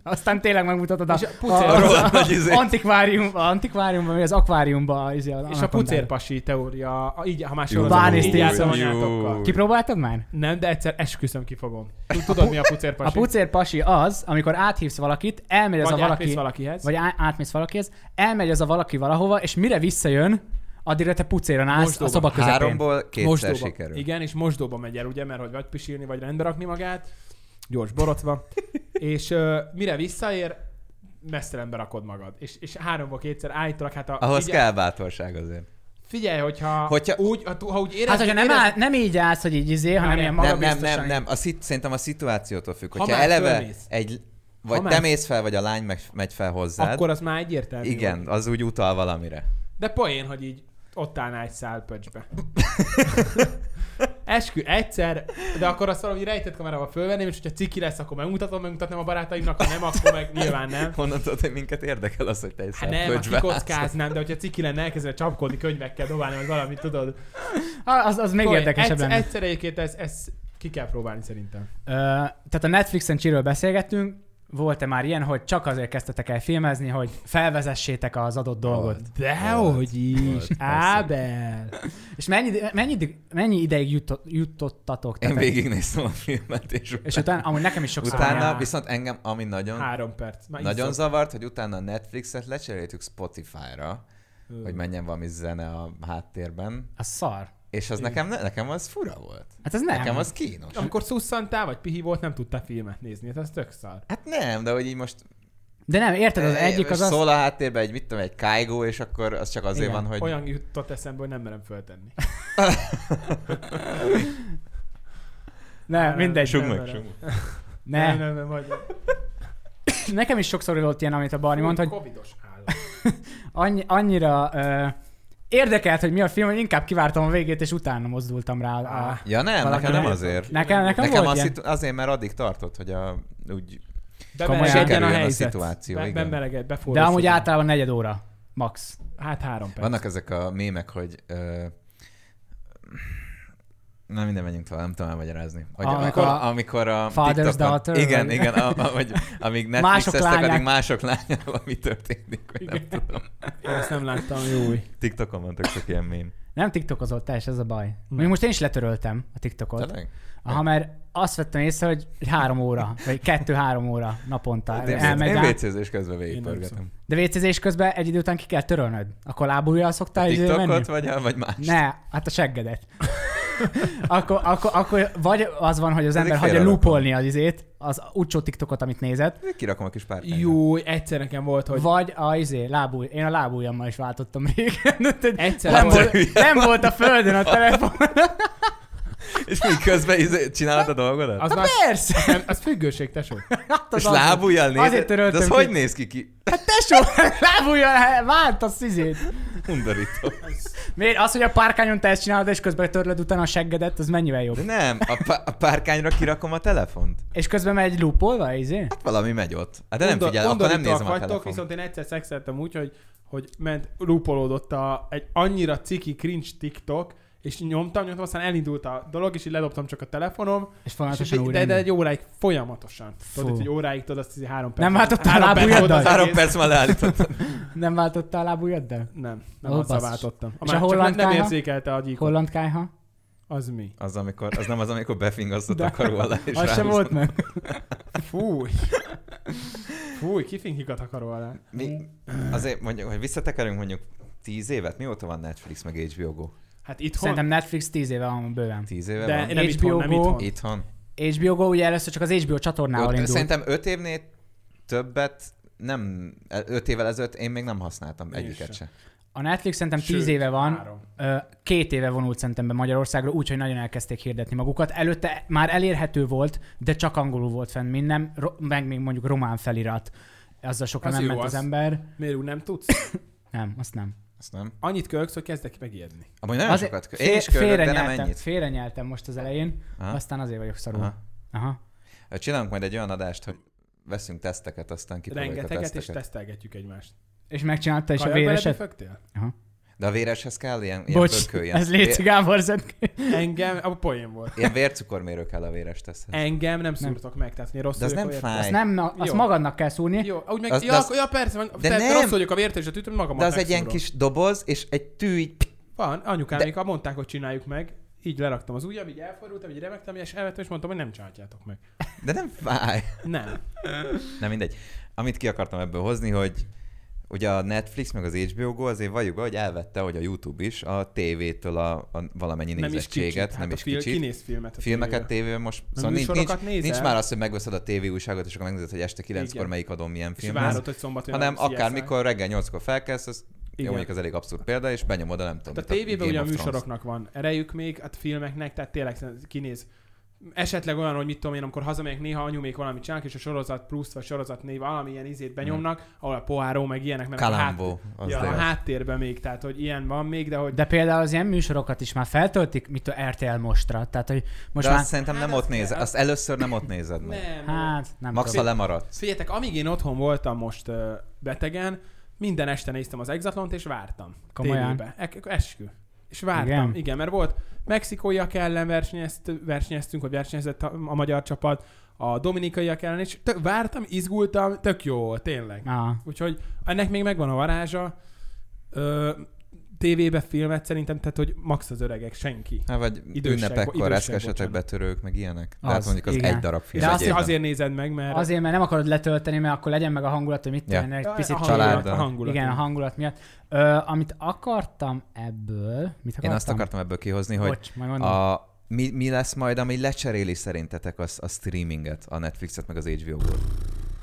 Aztán tényleg megmutatod a,
És a
a,
pucér-
az-
Rohadt nagy izé.
antikvárium, a antikváriumban, vagy az akváriumban. Izé,
És a pucérpasi teória, a- így, ha már
Jó,
sorozom,
Bánészt
így játszom
játszom.
anyátokkal.
Kipróbáltad már?
Nem, de egyszer esküszöm ki fogom. Tud- Tudod, mi a
A
pucérpasi?
pucér pasi az, amikor áthívsz valakit, elmegy az
Vagy
a valaki,
átmész valakihez.
vagy á- átmész valakihez, elmegy az a valaki valahova, és mire visszajön, addigra te pucéron állsz
Mosdóba.
a szoba közepén.
Háromból kétszer
Mosdóba.
sikerül.
Igen, és mosdóba megy el, ugye, mert hogy vagy pisilni, vagy rendbe rakni magát, gyors borotva,
<laughs>
és ö, mire visszaér, messzelembe rakod magad. És, és háromból kétszer állítólag, hát a,
Ahhoz
figyelj,
kell bátorság azért.
figyelj, hogyha,
Hogyha-
úgy, ha, tu- ha úgy érez,
Hát, hogyha nem,
érez,
áll, nem így állsz, hogy így izé, hanem
Várjál,
ilyen
Nem, nem,
magabiztosan.
nem, nem. A szit, szerintem a szituációtól függ.
Ha
Hogyha
már
eleve
fölmész.
egy,
Ha
vagy
már-
te mész fel, vagy a lány meg, megy fel hozzád,
akkor az már egyértelmű.
igen,
volt.
az úgy utal valamire.
De poén, hogy így ott állná egy szál
<laughs>
pöcsbe. Eskü, egyszer, de akkor azt valami rejtett kamerával fölvenném, és hogyha ciki lesz, akkor megmutatom, megmutatnám a barátaimnak, ha nem, akkor meg nyilván nem.
<laughs> Honnan tudod, hogy minket érdekel az, hogy te egy
Hát nem, ha kikockáznám, de hogyha ciki lenne, elkezdve csapkodni könyvekkel, dobálni, vagy valamit, tudod.
Ah, Az, az még
Olyan,
érdekesebb
egyszer,
lenne.
egyszer egyébként ezt, ezt ki kell próbálni szerintem.
Ö, tehát a Netflixen csiről beszélgettünk, volt-e már ilyen, hogy csak azért kezdtetek el filmezni, hogy felvezessétek az adott dolgot?
Volt.
Dehogy is,
Volt, Hát, persze.
Ábel!
És mennyi, mennyi, ide- mennyi ideig jutott, jutottatok?
Én
Tehát-
végignéztem a filmet, és,
És utána, amúgy nekem is sokszor
utána
ilyen-
viszont engem, ami nagyon,
Három perc. Már
nagyon
iszok.
zavart, hogy utána a Netflixet lecseréltük Spotify-ra,
Ö.
hogy menjen valami zene a háttérben,
Az szar.
és az
Igen.
nekem, nekem az fura volt.
Hát ez nem.
Nekem az kínos.
Amikor szusszantál, vagy pihi volt, nem tudtál filmet nézni, hát ez tök szar.
Hát nem, de hogy így most
De nem, érted, Hát az
É,
egyik
és
az az...
Szól a háttérben egy, mit tudom, egy kájgó, és akkor az csak azért
Igen,
van, hogy... <laughs>
Olyan jutott eszembe, hogy nem merem föltenni.
Nem, mindegy.
Sugd meg,
Nem,
sugd
Ne.
nem, nem, vagy.
Nekem is sokszor volt ilyen, amit a Barni mondta, hogy
Covidos állat.
annyi, annyira ö, érdekelt, hogy mi a film, hogy inkább kivártam a végét, és utána mozdultam rá. A...
Á,
Ja nem,
Valaki
nekem nem
nem-
azért.
Nekem, nekem,
Nekem
volt
az
ilyen.
szitu- azért, mert addig tartott, hogy a, úgy
Bemelegedjen a
sikerüljön a
helyzet.
szituáció,
Be-
igen.
bemeleged,
De
beforrasodjon.
amúgy általában negyed óra. Max.
Hát három perc.
vannak ezek a mémek, hogy... Ö... Na minden menjünk tovább, nem tudom elmagyarázni. Hogy
Amikor
amikor,
a-
a, amikor a
Father's
TikTokon-
daughter,
Igen,
vagy-
igen, a, a, hogy amíg
<laughs> Mások
Netflixeztek,
lányák.
addig mások lányával mi történik, vagy nem
Igen.
tudom.
Én ezt nem láttam, jó.
TikTokon van tök sok ilyen mém.
Nem TikTokozol te is, ez a baj. Még
Nem.
most én is letöröltem a TikTokot.
Tényleg?
Aha, mert azt vettem észre, hogy három óra, vagy kettő-három óra naponta
De Hát én-
Hát, elmegy
Én
rá.
vécézés közben végigpörgetem.
De vécézés közben egy idő után ki kell törölnöd. Akkor lábújjal
A
szoktál így menni?
TikTokot vagy, a- vagy más?
Ne, hát a seggedet. akkor, akkor, akkor, vagy az van, hogy az
Pedig
ember hagyja
félrerakom.
lupolni az izét, az utcsó TikTokot, amit nézett,
<laughs> Kirakom a kis pár
Jó, egyszer nekem volt, hogy...
vagy a izé, lábúj, én a lábújammal is váltottam régen. <laughs>
Egyszer
nem,
volt,
volt, nem volt a földön a telefon.
<laughs> És még közben izé, csinálod a dolgodat?
az, már,
Persze!
nem, az függőség, tesó.
Hát az
és
az.
lábújjal nézed?
Azért
De
töröltem
az
ki.
hogy néz ki ki?
Hát tesó, <laughs> lábújjal vált a szizét.
Undorító.
Miért? Az, hogy a párkányon te ezt csinálod, és közben törlöd utána a seggedet, az mennyivel jobb.
De nem, a, pá- a párkányra kirakom a telefont.
És közben megy lupolva, izé?
Hát valami megy ott. Hát de nem
Undor-
figyel, akkor nem
undorítóak
nézem a
vagytok,
telefont.
viszont én egyszer szexeltem úgy, hogy, hogy ment, lúpolódott a, egy annyira ciki cringe TikTok, és nyomtam, nyomtam, aztán elindult a dolog, és így ledobtam csak a telefonom,
És
és
folyamatosan
egy,
úgy
de, de
rendben.
egy óráig folyamatosan.
Fú.
Tudod, itt egy óráig, tudod, azt így három perc.
Nem váltottál
Három perc volt az
lábújaddal?
Hát Három
egész.
perc már leállítottam.
Nem váltottál lábújaddal?
Nem, nem
Ó,
azzal
basszus.
váltottam. A
És a
másik- csak nem- nem
hollandkája?
érzékelte a gyíkot.
Holland kájha?
Az mi?
Az, amikor, az nem az, amikor befingasztott
De-
a karú alá, és
Az sem
ráhúztad.
volt meg.
Fúj. Fúj, kifinkikat akarol alá.
Mi, azért mondjuk, hogy visszatekerünk mondjuk tíz évet, mióta van Netflix meg HBO Go?
Hát itthon?
Szerintem Netflix 10 éve van bőven.
Tíz éve
De
van?
nem
HBO
itthon, nem
Go.
itthon.
Itthon?
HBO Go ugye először csak az HBO csatornával
Ott,
indult.
szerintem öt évnél többet nem, öt évvel ezelőtt én még nem használtam
Én
egyiket
sem.
se.
A Netflix szerintem 10
Sőt,
éve van,
három.
ö, két éve vonult szerintem be Magyarországra, úgyhogy nagyon elkezdték hirdetni magukat. Előtte már elérhető volt, de csak angolul volt fenn minden, ro- meg még mondjuk román felirat. Azzal sokan
Az
nem
jó,
ment az,
az-
ember.
Miért úgy nem tudsz?
Nem, azt nem.
Azt nem.
Annyit kölksz, hogy kezdek megijedni.
Amúgy nagyon
Azért
sokat. Kö-
fél-
én is körülök, de nem
félrenyeltem-
ennyit.
Félrenyeltem most az elején,
Aha.
aztán azért vagyok szarul.
Aha.
Aha. Aha.
Csinálunk majd egy olyan adást, hogy veszünk teszteket, aztán kipróbáljuk a
Rengeteget, és
teszteket.
tesztelgetjük egymást.
És megcsinálta is a
Kajakba
véreset?
ledöfögtél?
De a véreshez kell ilyen, ilyen
Bocs,
pörköl, ilyen,
ez Léci Gábor zett ki.
Engem, a poén volt.
ilyen vércukormérő kell a véres teszthez.
Engem nem szúrtok meg, tehát én rossz
De az
vagyok,
nem
olyat-
fáj.
Azt, nem, azt
Jó.
magadnak kell szúrni.
Jó, úgy meg,
Az-
az,
de
ja,
az-
akkor, ja, persze, van,
De
de nem.
nem!
rossz vagyok a vért és a tűtöm, magamat
De az egy
megszúrom.
ilyen kis doboz, és egy tű így
Van, anyukámék, de... mondták, hogy csináljuk meg, így leraktam az ujjam, így elfordultam, így remektem, és elvettem, és mondtam, hogy nem csináljátok meg.
De nem fáj.
Nem.
Nem mindegy. Amit ki akartam ebből hozni, hogy ugye a Netflix meg az HBO Go azért valljuk be, hogy elvette, hogy a YouTube is a tévétől a, a valamennyi
Nem is
nézettséget,
kicsit. Hát
nem
a
is
fil-
kicsit.
Kinéz filmet. a
Filmeket
tévében.
tévében most,
A
szóval nincs, nincs,
műsorokat nézel?
nincs már az, hogy megveszed a tévé újságot, és akkor megnézed, hogy este 9-kor
Igen.
melyik adom milyen
És
film lesz,
várod, hogy szombaton
hanem
jön a CSI.
akármikor reggel 8-kor felkelsz, az jó,
Igen.
mondjuk az elég abszurd példa, és benyomod a nem tudom.
Tehát a
mit,
tévében
Game
ugye a
of Thrones.
műsoroknak van erejük még, a filmeknek, tehát tényleg szerintem kinéz. Esetleg olyan, hogy mit tudom én, amikor hazamegyek, néha anyumék valamit csinálnak, és a sorozat plusz vagy sorozat név valami ilyen izét benyomnak, ahol a poáró meg ilyenek, mert a, hát,
Kalambó. Hmm. Az
ja, a
tényleg.
háttérben még, tehát hogy ilyen van még, de hogy
De például az ilyen műsorokat is már feltöltik, mint a RTL mostra. Tehát, hogy most
De
már...
azt szerintem
Hát
nem
azt
ott nézed,
kell-
azt először nem ott nézed meg.
nem. nem.
Hát, nem
Max, ha
tudom.
lemaradsz.
Figyeljetek, amíg én otthon voltam most ö, betegen, minden este néztem az Exatlont, és vártam.
Komolyan?
Tévébe. Ek- eskü. És vártam,
Igen?
igen, igen mert volt mexikóiak ellen versenyezt, versenyeztünk, vagy versenyezett a, a magyar csapat, a dominikaiak ellen, és tök, vártam, izgultam, tök jó volt, tényleg.
Ah,
Úgyhogy ennek még megvan a varázsa. Ö, tévébe filmet szerintem, tehát hogy max az öregek, senki.
Hát vagy
Idősek,
ünnepekkor
idősek,
reszkesetek
bocsánat.
betörők, meg ilyenek.
Az,
Az, Tehát mondjuk az
igen.
egy darab film.
És
egy
azt
évben.
azért nézed meg, mert
azért, mert nem akarod letölteni, mert akkor legyen meg a hangulat, hogy mit
Ja.
yeah. tenni, egy
Ja,
picit
a
család.
hangulat,
családdal.
a hangulat.
Igen, a hangulat miatt. Ö, amit akartam ebből... Mit akartam?
Én azt akartam ebből kihozni, hogy
Bocs, majd mondom. A...
a, mi, mi lesz majd, ami lecseréli szerintetek az, a streaminget, a Netflixet, meg az HBO-ból?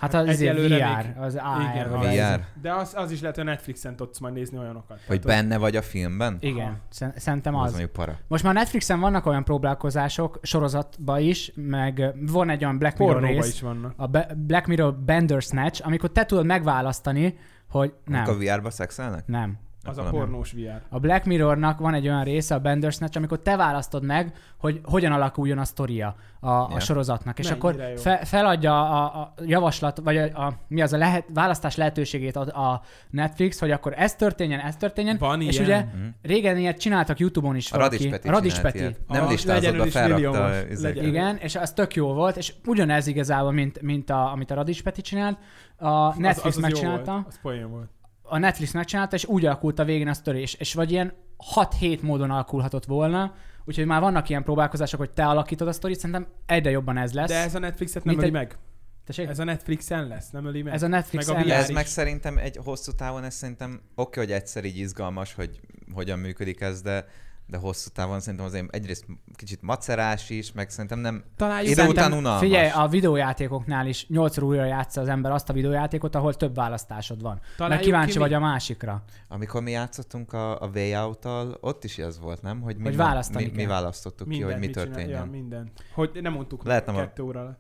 Hát az izé
egyelőre
VR,
még-
az AR.
Igen,
vagy
a
ez-
VR?
De az, az is lehet, hogy a Netflixen tudsz majd nézni olyanokat.
Hogy
Tehát,
benne vagy a filmben?
Igen, szen- szerintem
Az
az.
mondjuk para.
Most már Netflixen vannak olyan próbálkozások, sorozatba is, meg ö, van egy olyan Black Mirror
Pornóba
rész,
is vannak.
a Be- Black Mirror Bandersnatch, amikor te tudod megválasztani, hogy nem,
Amikor VR-ba szexelnek?
nem.
Az a
Akkor nem.
pornós VR.
A Black Mirrornak van egy olyan része, a Bandersnatch, amikor te választod meg, hogy hogyan alakuljon a sztoria a, yeah. a
Ja.
sorozatnak, és
Mennyire
akkor
jó.
fe, feladja a, a javaslat, vagy a, a, mi az a lehet, választás lehetőségét ad a Netflix, hogy akkor ez történjen, ez történjen,
Van
és
ilyen.
ugye régen ilyet csináltak YouTube-on is
A
valaki.
Hm? Radics Peti
a Radics
csinált
Peti.
ilyet. Nem
A
listázott,
legyen ő
de
is
felrakta.
milliómos.
izéket.
Legyen.
Igen, és az tök jó volt, és ugyanez igazából, mint, mint a, amit a Radics Peti csinált, a Netflix
az, az, az jó
megcsinálta
Volt. Az poén volt.
a Netflix megcsinálta, és úgy alakult a végén a sztori, és, és vagy ilyen 6-7 módon alakulhatott volna, úgyhogy már vannak ilyen próbálkozások, hogy te alakítod a sztorit, szerintem egyre jobban ez lesz.
De ez a Netflixet nem
Mint
öli
egy-
meg.
Tessék?
Ez a Netflixen lesz, nem öli meg.
Ez a Netflix
Meg a
ellen-
De
VR
ez
is.
meg szerintem egy hosszú távon, ez szerintem oké, okay, hogy egyszer így izgalmas, hogy hogyan működik ez, de de hosszú távon szerintem azért egyrészt kicsit macerás is, meg szerintem nem
Találjuk
idő
szerintem-
után unalmas.
Figyelj, a videójátékoknál is nyolcszor újra játsza az ember azt a videójátékot, ahol több választásod van. Mert
Találjuk
kíváncsi
ki, mi-
vagy a másikra.
Amikor mi játszottunk a, a Way Out-tal, ott is ez volt, nem? Hogy mi,
Hogy választani
mi, mi
kell.
választottuk ki, hogy mi
mit csinál- Ja,
történjen. Mhm.
minden. Hogy nem mondtuk meg
Lehetne ma-
kettő óra alatt.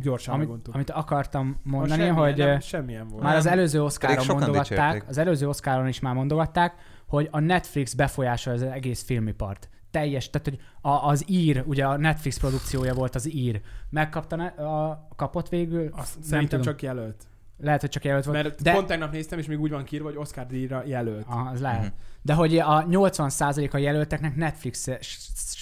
Gyorsan
Amit,
megmondtuk.
amit akartam
Ma
mondani,
semmilyen-
hogy
nem,
nem,
semmilyen volt.
már az
nem.
előző oszkáron
Pedig sokan
mondogatták,
dicsérték.
az előző oszkáron is már mondogatták, hogy a Netflix befolyásolja az egész filmipart. Teljes, tehát hogy a, az ír, ugye a Netflix produkciója volt az ír. Megkapta ne, a, kapott végül?
Azt
nem
szerintem
tudom.
csak jelölt.
Lehet, hogy csak jelölt volt.
Mert de... pont tegnap néztem, és még úgy van kírva, hogy Oscar díjra jelölt.
Ah, az lehet.
Mhm.
Uh-huh. De hogy a 80% a jelölteknek Netflix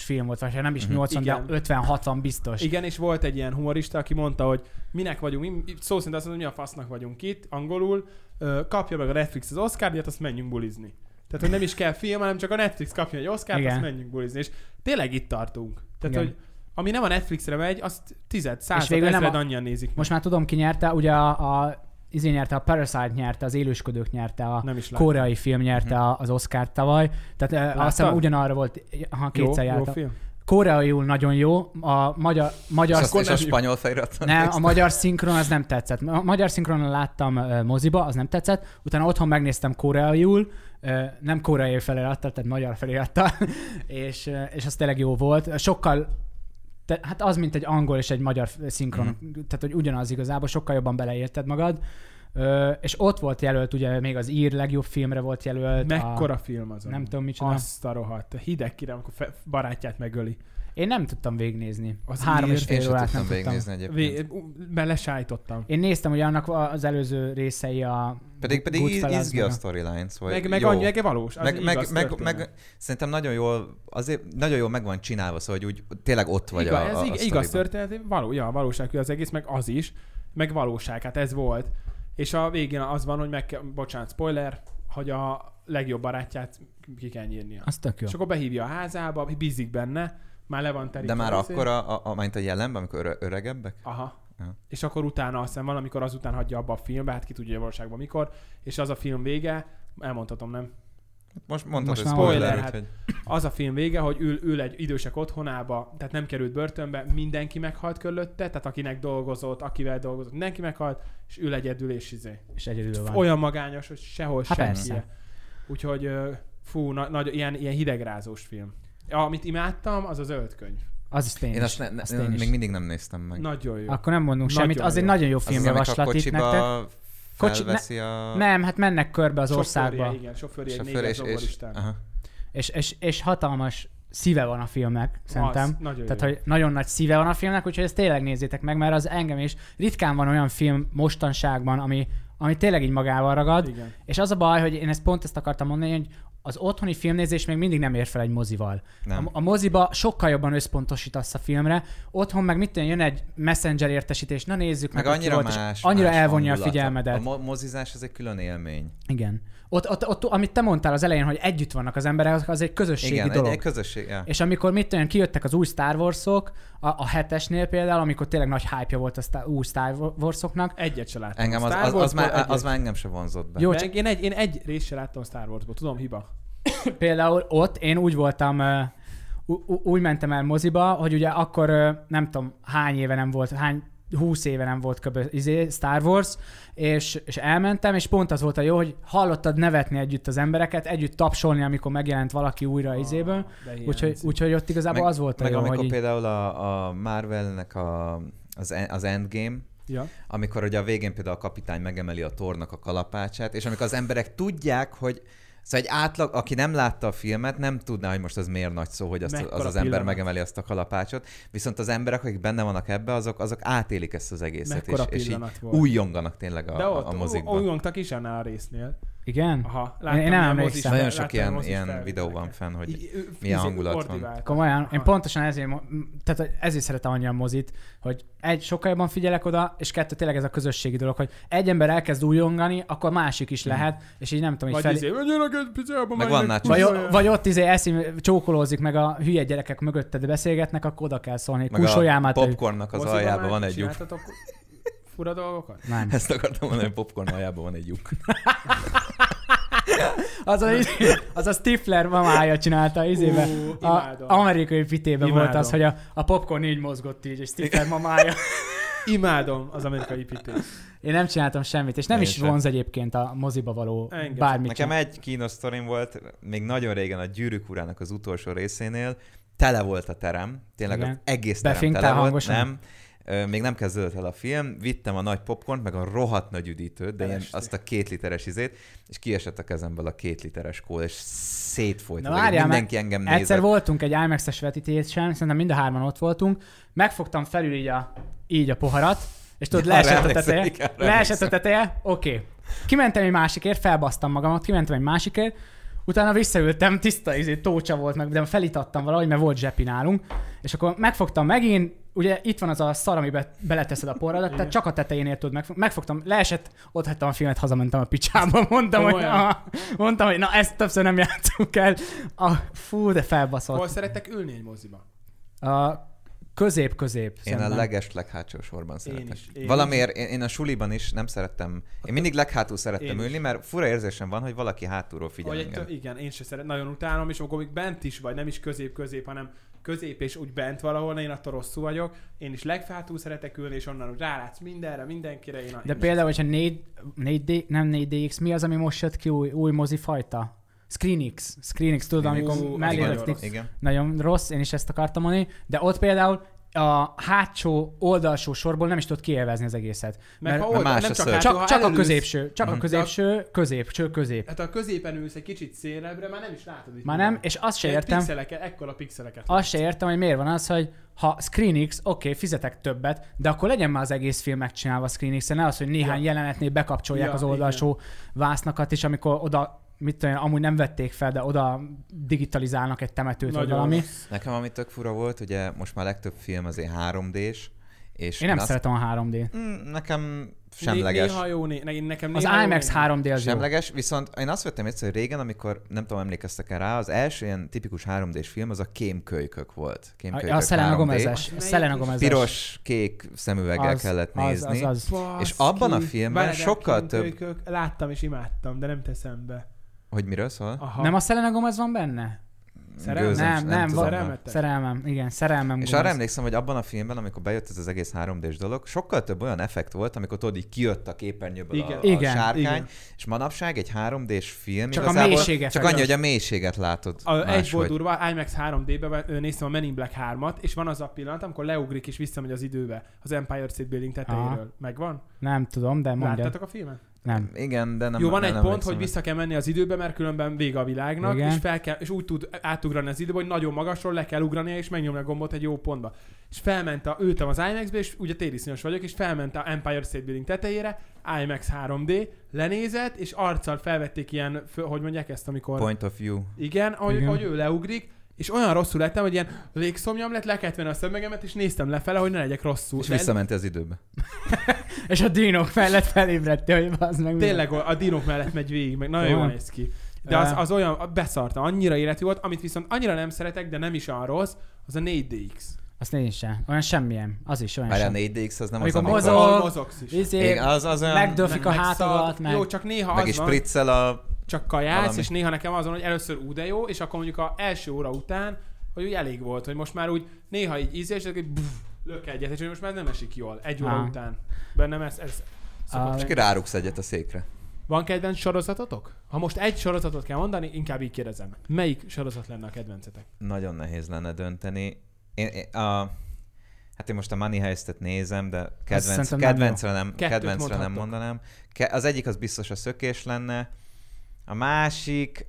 film volt, vagy ha nem is
Mhm.
80,
Igen.
de 50-60 biztos.
Igen, és volt egy ilyen humorista, aki mondta, hogy minek vagyunk, mi, szó szerint azt mondom, mi a fasznak vagyunk itt, angolul, ö, kapja meg a Netflix az Oscar díjat, azt menjünk bulizni. Tehát, hogy nem is kell film, hanem csak a Netflix kapja egy Oscar,
Igen.
azt menjünk bulizni. És tényleg itt tartunk. Tehát,
Igen.
hogy ami nem a Netflixre megy, azt tized, század,
végül nem
ezred
a-
annyian nézik.
Most már tudom, ki nyerte, ugye a, a izé nyerte, a Parasite nyerte, az élősködők nyerte, a
nem is látom.
koreai film nyerte
Mhm.
a- az Oscar tavaly. Tehát Láttad?
Láttad?
azt hiszem ugyanarra volt, ha
Jó,
kétszer
jó
járta.
film.
Koreaiul nagyon jó, a magyar,
És,
magyar
azt, és a
Akkor
spanyol feliraton
Nem, a
néztem.
magyar szinkron az nem tetszett. A magyar szinkronon láttam ö, moziba, az nem tetszett, utána otthon megnéztem koreaiul, ö, nem koreai felirattal, tehát magyar felirattal, <laughs> és, ö, és az tényleg jó volt. Sokkal, te, hát az, mint egy angol és egy magyar f- szinkron, mm. tehát hogy ugyanaz igazából, sokkal jobban beleérted magad. Ö, és ott volt jelölt, ugye még az ír legjobb filmre volt jelölt.
Mekkora
Hát A,
film az?
nem
amúgy.
tudom micsoda. Az...
Azt a rohadt. Hideg kirem, akkor fe, barátját megöli.
Én nem tudtam végignézni.
Az
Az Három
ír-
és
Én
fél
sem
órát nem
tudtam
tudtam.
végignézni egyébként.
Vé, ú, belesájtottam.
Én néztem, hogy annak az előző részei a
Pedig, pedig
Goodfellas,
iz- izgi
meg
a
a-
storylines, hogy
Meg, meg
jó.
annyi, meg valós. Az
meg, meg,
igaz
meg,
történet.
meg, szerintem nagyon jól, azért nagyon jól meg van csinálva, szóval, hogy úgy tényleg ott vagy
igaz,
a, a,
ez
a
ig- igaz
sztoriban.
történet, való, ja, valósághű az egész, meg az is, meg valóság, hát ez volt. És a végén az van, hogy meg kell, bocsánat, spoiler, hogy a legjobb barátját ki kell nyírnia.
Az tök Hát, jó.
És akkor behívja a házába, bízik benne, már le van
De
terítve.
már
az- izé.
akkor, a, a, a, mint a jelenben, amikor öre, öregebbek?
Aha.
Ja.
És akkor utána, azt hiszem valamikor azután hagyja abba a filmbe, hát ki tudja hogy valóságban mikor, és az a film vége, elmondhatom, nem?
Most mondtad,
Most
hogy
már
spoiler,
spoiler,
spoiler úgyhogy...
az a film vége, hogy ül, ül egy idősek otthonába, tehát nem került börtönbe, mindenki meghalt körülötte, tehát akinek dolgozott, akivel dolgozott, mindenki meghalt, és ül egyedül, és izé.
és egyedül van.
Olyan magányos, hogy sehol
Hát
senki.
persze.
Úgyhogy ö, fú, na, nagy, ilyen, ilyen hidegrázós film. Ja, Amit imádtam, az a zöld könyv.
Az is
Én,
tényleg.
én azt ne, ne,
azt
én
én is.
még mindig nem néztem meg.
Nagyon jó.
Akkor nem mondunk
Nagyon
semmit, az egy
jó.
nagyon jó
az, amikor
filmjavaslat itt nektek. Kocsi- ne-
felveszi a...
Nem, hát mennek körbe az
Sofőrje,
országba,
Igen, sofőrje, egy
sofőr,
négyes
és, és,
zongoristán.
aha.
és, és, és hatalmas szíve van a filmnek,
Az,
szerintem.
nagyon
Tehát,
jó.
hogy nagyon nagy szíve van a filmnek, úgyhogy ezt tényleg nézzétek meg, mert az engem is ritkán van olyan film mostanságban, ami, ami tényleg így magával ragad.
Igen.
És az a baj, hogy én ezt pont ezt akartam mondani, hogy az otthoni filmnézés még mindig nem ér fel egy mozival.
Nem.
A, a moziba sokkal jobban összpontosítasz a filmre, otthon meg mit tudom, jön egy messenger értesítés, na nézzük meg,
Meg
hogy ki
annyira
volt, és
más,
annyira
más
elvonja
hangulata.
a figyelmedet.
A mo- mozizás az egy külön élmény.
Igen. Ott, ott, ott, amit te mondtál az elején, hogy együtt vannak az emberek, az egy közösségi
Igen, egy,
dolog.
egy közösség. Ja.
És amikor mit tudom, én, kijöttek az új Star Wars-ok, a, a hetesnél például, amikor tényleg nagy hype volt a Star, új Star Wars-oknak,
Egyet se láttam.
Engem az,
Star
az, az,
Warsból
már,
egyet.
az már engem sem vonzott be.
Jó,
Meg
csak-
én egy, én egy részt se láttam Star Warsból, tudom, hiba.
például ott én úgy voltam, ö, ú- ú- úgy mentem el moziba, hogy ugye akkor ö, nem tudom hány éve nem volt, hány 20 éve nem volt köbö, izé, Star Wars, és, és elmentem, és pont az volt a jó, hogy hallottad nevetni együtt az embereket, együtt tapsolni, amikor megjelent valaki újra izéből,
De ilyen
úgyhogy,
cím.
úgyhogy ott igazából az volt a
Ah, meg
jó,
amikor
hogy így-
például a, a Marvelnek a, az, en- az Endgame,
Ja.
amikor ugye a végén például a kapitány megemeli a tornak a kalapácsát, és amikor az emberek tudják, hogy Szóval egy átlag, aki nem látta a filmet, nem tudná, hogy most az miért nagy szó, hogy azt, az,
Mekkora
az ember
pillanat.
megemeli azt a kalapácsot, viszont az emberek, akik benne vannak ebbe, azok, azok átélik ezt az egészet,
Mekkora
és, és így
pillanat volt.
újjonganak tényleg a,
De
a,
ott
a mozikban.
újongtak is annál a résznél.
Igen?
Aha,
Én- én nem
ilyen
emlékszem.
mozis fel-
Nagyon sok
láttam
ilyen,
mozis
ilyen
fel-
videó van fenn, hogy
I- ő-
milyen
izé-
hangulat van.
ordibáltak.
Komolyan? Én
Aha.
pontosan ezért, mo- m- tehát hogy ezért szeretem annyi a mozit, hogy egy, sokkal jobban figyelek oda, és kettő, tényleg ez a közösségi dolog, hogy egy ember elkezd újongani, akkor másik is lehet, és így nem tudom, hogy
Mm. Vagy
fel...
izé, "Menj el a gö- picsába,
Meg
majd
van
meg
nácsó.
Vagy,
kurva
o-
jó."
vagy ott izé eszim, csókolózik, meg a hülye gyerekek mögötted beszélgetnek, akkor oda kell szólni,
Meg a
kusoljál már. te-
popcornnak az
Moziban
aljában
már
van egy lyuk.
csináltatok Fura dolgokat?
Nem.
Ezt akartam mondani, hogy popcorn aljában van egy lyuk.
Az a, az a Stifler mamája csinálta izébe.
Ú,
A
imádom.
amerikai pitében volt
Imádom.
az, hogy a, a popcorn így mozgott így, és Stifler mamája.
Imádom az amerikai ipítést.
Én nem csináltam semmit, és nem
Én
is
sem.
vonz egyébként a moziba való
Engem.
bármit.
Nekem egy kínos sztorim volt, még nagyon régen a Gyűrűk urának az utolsó részénél, tele volt a terem, tényleg
Igen.
az egész terem
Befingtál
tele volt,
hangosan?
nem, Ö, még nem kezdődött el a film, vittem a nagy popcornt, meg a rohadt nagy üdítőt, de ilyen,
Elesti.
azt a két literes izét, és kiesett a kezemből a két literes kóla, és szétfolyt.
Na
az egész.
várjál, mert
mindenki engem nézett.
Egyszer voltunk egy IMAX-es vetítésen, szerintem mind a hárman ott voltunk, megfogtam felül így a, így a poharat, és tudod,
Arra
leesett a
emlékszem,
teteje,
igen, arra
leesett a
emlékszem.
teteje, oké. Okay. Kimentem egy másikért, felbasztam magamat, kimentem egy másikért, utána visszaültem, tiszta izé, tócsa volt meg, de felítattam valahogy, mert volt zsepi nálunk, és akkor megfogtam megint, ugye itt van az a szar, amiben beleteszed a porradat, tehát csak a tetejénél tudod megfog, megfogtam, leesett, ott hagytam a filmet, hazamentem a picsába, mondtam, hogy,
Komolyan?
aha, mondtam, hogy na ezt többször nem játszunk el. A, fú, de felbaszott.
Hol szerettek ülni egy moziba?
A közép-közép.
Én a
szemben.
leges leghátsó sorban szeretek.
is, én
Valamiért én, én a suliban is nem szerettem. Én mindig leghátul szerettem
Én is.
ülni, mert fura érzésem van, hogy valaki hátulról figyel
Hogy egy,
engem.
tö- igen, én se szeret, nagyon utálom, és amikor még bent is vagy, nem is közép-közép, hanem közép és úgy bent valahol, én attól rosszul vagyok. Én is legfátul szeretek ülni, és onnan úgy rálátsz mindenre, mindenkire. Én,
De
én
például, hogyha 4, 4D, nem 4DX, mi az, ami most jött ki új, új mozifajta? ScreenX. ScreenX, tudod,
Screen X.
amikor
Ú,
mellé
nagyon
raktik.
rossz.
Igen.
Nagyon rossz, én is ezt akartam mondani, de ott például a hátsó, oldalsó sorból nem is tudod kielvezni az egészet.
Mert,
Mert
ha
mert
oldal,
más
nem
a
csak,
szög.
hátul, ha
Csak, csak a
elülsz-
középső, csak a
Mhm.
középső, középső, közép.
Hát ha a középen ülsz egy kicsit szélebbre, már nem is látod. itt
Már nem,
mindent.
és azt se
Egy
értem,
Pixeleket, ekkora pixeleket.
Azt se értem, hogy miért van az, hogy ha ScreenX, oké, okay, fizetek többet, de akkor legyen már az egész film megcsinálva ScreenX-en, ne az, hogy néhány
Ja.
ja. jelenetnél bekapcsolják
Ja,
ja, az oldalsó igen. vásznakat is, amikor oda, mit tudom, én, amúgy nem vették fel, de oda digitalizálnak egy temetőt, vagy
Nagyon
valami.
rossz.
Nekem ami tök fura volt, ugye most már legtöbb film azért 3D-s, és
Én nem
azt-
szeretem a 3D-t.
Mm, Nekem
Né-
semleges.
Néha jó, né- ne- nekem
Az
néha jó,
IMAX
néha-
3D az jó.
Semleges, viszont én azt vettem észre, hogy régen, amikor nem tudom, emlékeztek-e rá, az első ilyen tipikus 3D-s film az a kémkölykök volt.
A,
Kémkölykök
a Selena
3D-s.
Gomezes.
Az
A Selena
melyik is?
Gomezes.
Piros, kék szemüveggel
Az-
kellett
az,
nézni.
az, az.
Baszki.
És abban a filmben
Várjál,
sokkal több-
kémkölykök. Láttam és imádtam, de nem teszem be.
Hogy miről szól?
Aha.
Nem a Selena Gomez van benne?
Szerelem?
Gőzöm,
Nem, nem,
tudom.
van-
Szerelmet? Te-
Szerelmem, igen, szerelmem
És
Gomez.
arra emlékszem, hogy abban a filmben, amikor bejött ez az egész 3D-s dolog, sokkal több olyan effekt volt, amikor tudod, így kijött a képernyőből
Igen.
a, a
Igen,
sárkány,
igen.
és manapság egy 3D-s film
Csak a
igazából
mélység
csak
effekt.
annyi, hogy a mélységet látod
A, egy volt
máshogy.
durva, IMAX 3D-be ö, néztem a Men in Black 3-at, és van az a pillanat, amikor leugrik és visszamegy az időbe, az Empire State Building tetejéről.
Aha.
Megvan?
Nem tudom, de mondjad.
Láttátok a filmet?
Nem.
Igen, de nem
Jó, van
nem
egy pont,
emlékszem
hogy
rá.
vissza kell menni az időbe, mert különben vége a világnak,
Igen.
és, fel kell, és úgy tud átugrani az időbe, hogy nagyon magasról le kell ugrania, és megnyomni a gombot egy jó pontba. És felment a, ültem az IMAX-be, és ugye tériszonyos vagyok, és felment a Empire State Building tetejére, IMAX 3D, lenézett, és arccal felvették ilyen, fő, hogy mondják ezt, amikor...
Point of view.
Igen, ahogy,
Igen.
ahogy ő leugrik, és olyan rosszul lettem, hogy ilyen légszomjam lett, le kellett venni a szemüvegemet, és néztem lefele, hogy ne legyek rosszul.
És
De
visszamenti az időbe.
És a dinók mellett felébredtél, hogy az meg mi
Tényleg a dinók mellett megy végig, meg nagyon
Jó.
jól néz ki. De az,
Eh.
az olyan, a- beszarta, annyira életű volt, amit viszont annyira nem szeretek, de nem is olyan rossz, az a 4DX.
Azt én sem. Olyan semmilyen. Az is olyan
Várjál, a
sem.
4DX az nem
Amikor
az, amikor...
mozog,
Ahol mozogsz is.
Izé,
Igen, az, az olyan...
megdöfik a
Meg
hátadat,
szart-
meg...
Jó, csak néha
meg
az
is
van,
priccel a...
csak kajálsz,
valami.
és néha nekem azon, hogy először ú, de jó, és akkor mondjuk a első óra után, hogy úgy elég volt, hogy most már úgy néha így íz, és akkor így buff, lök egyet, és hogy most már nem esik jól egy óra
Á.
után. Bennem ez, ez szokott
Á.
És
lenni.
ki rárugsz egyet a székre.
Van kedvenc sorozatotok? Ha most egy sorozatot kell mondani, inkább így kérdezem. Melyik sorozat lenne a kedvencetek?
Nagyon nehéz lenne dönteni. Én, én, a... Hát én most a Money Heist-et nézem, de kedvenc,
szerintem nem
kedvencre, nem,
Kettőt
kedvencre nem
mondhattok.
mondanám. Ke- az egyik az biztos a szökés lenne, a másik...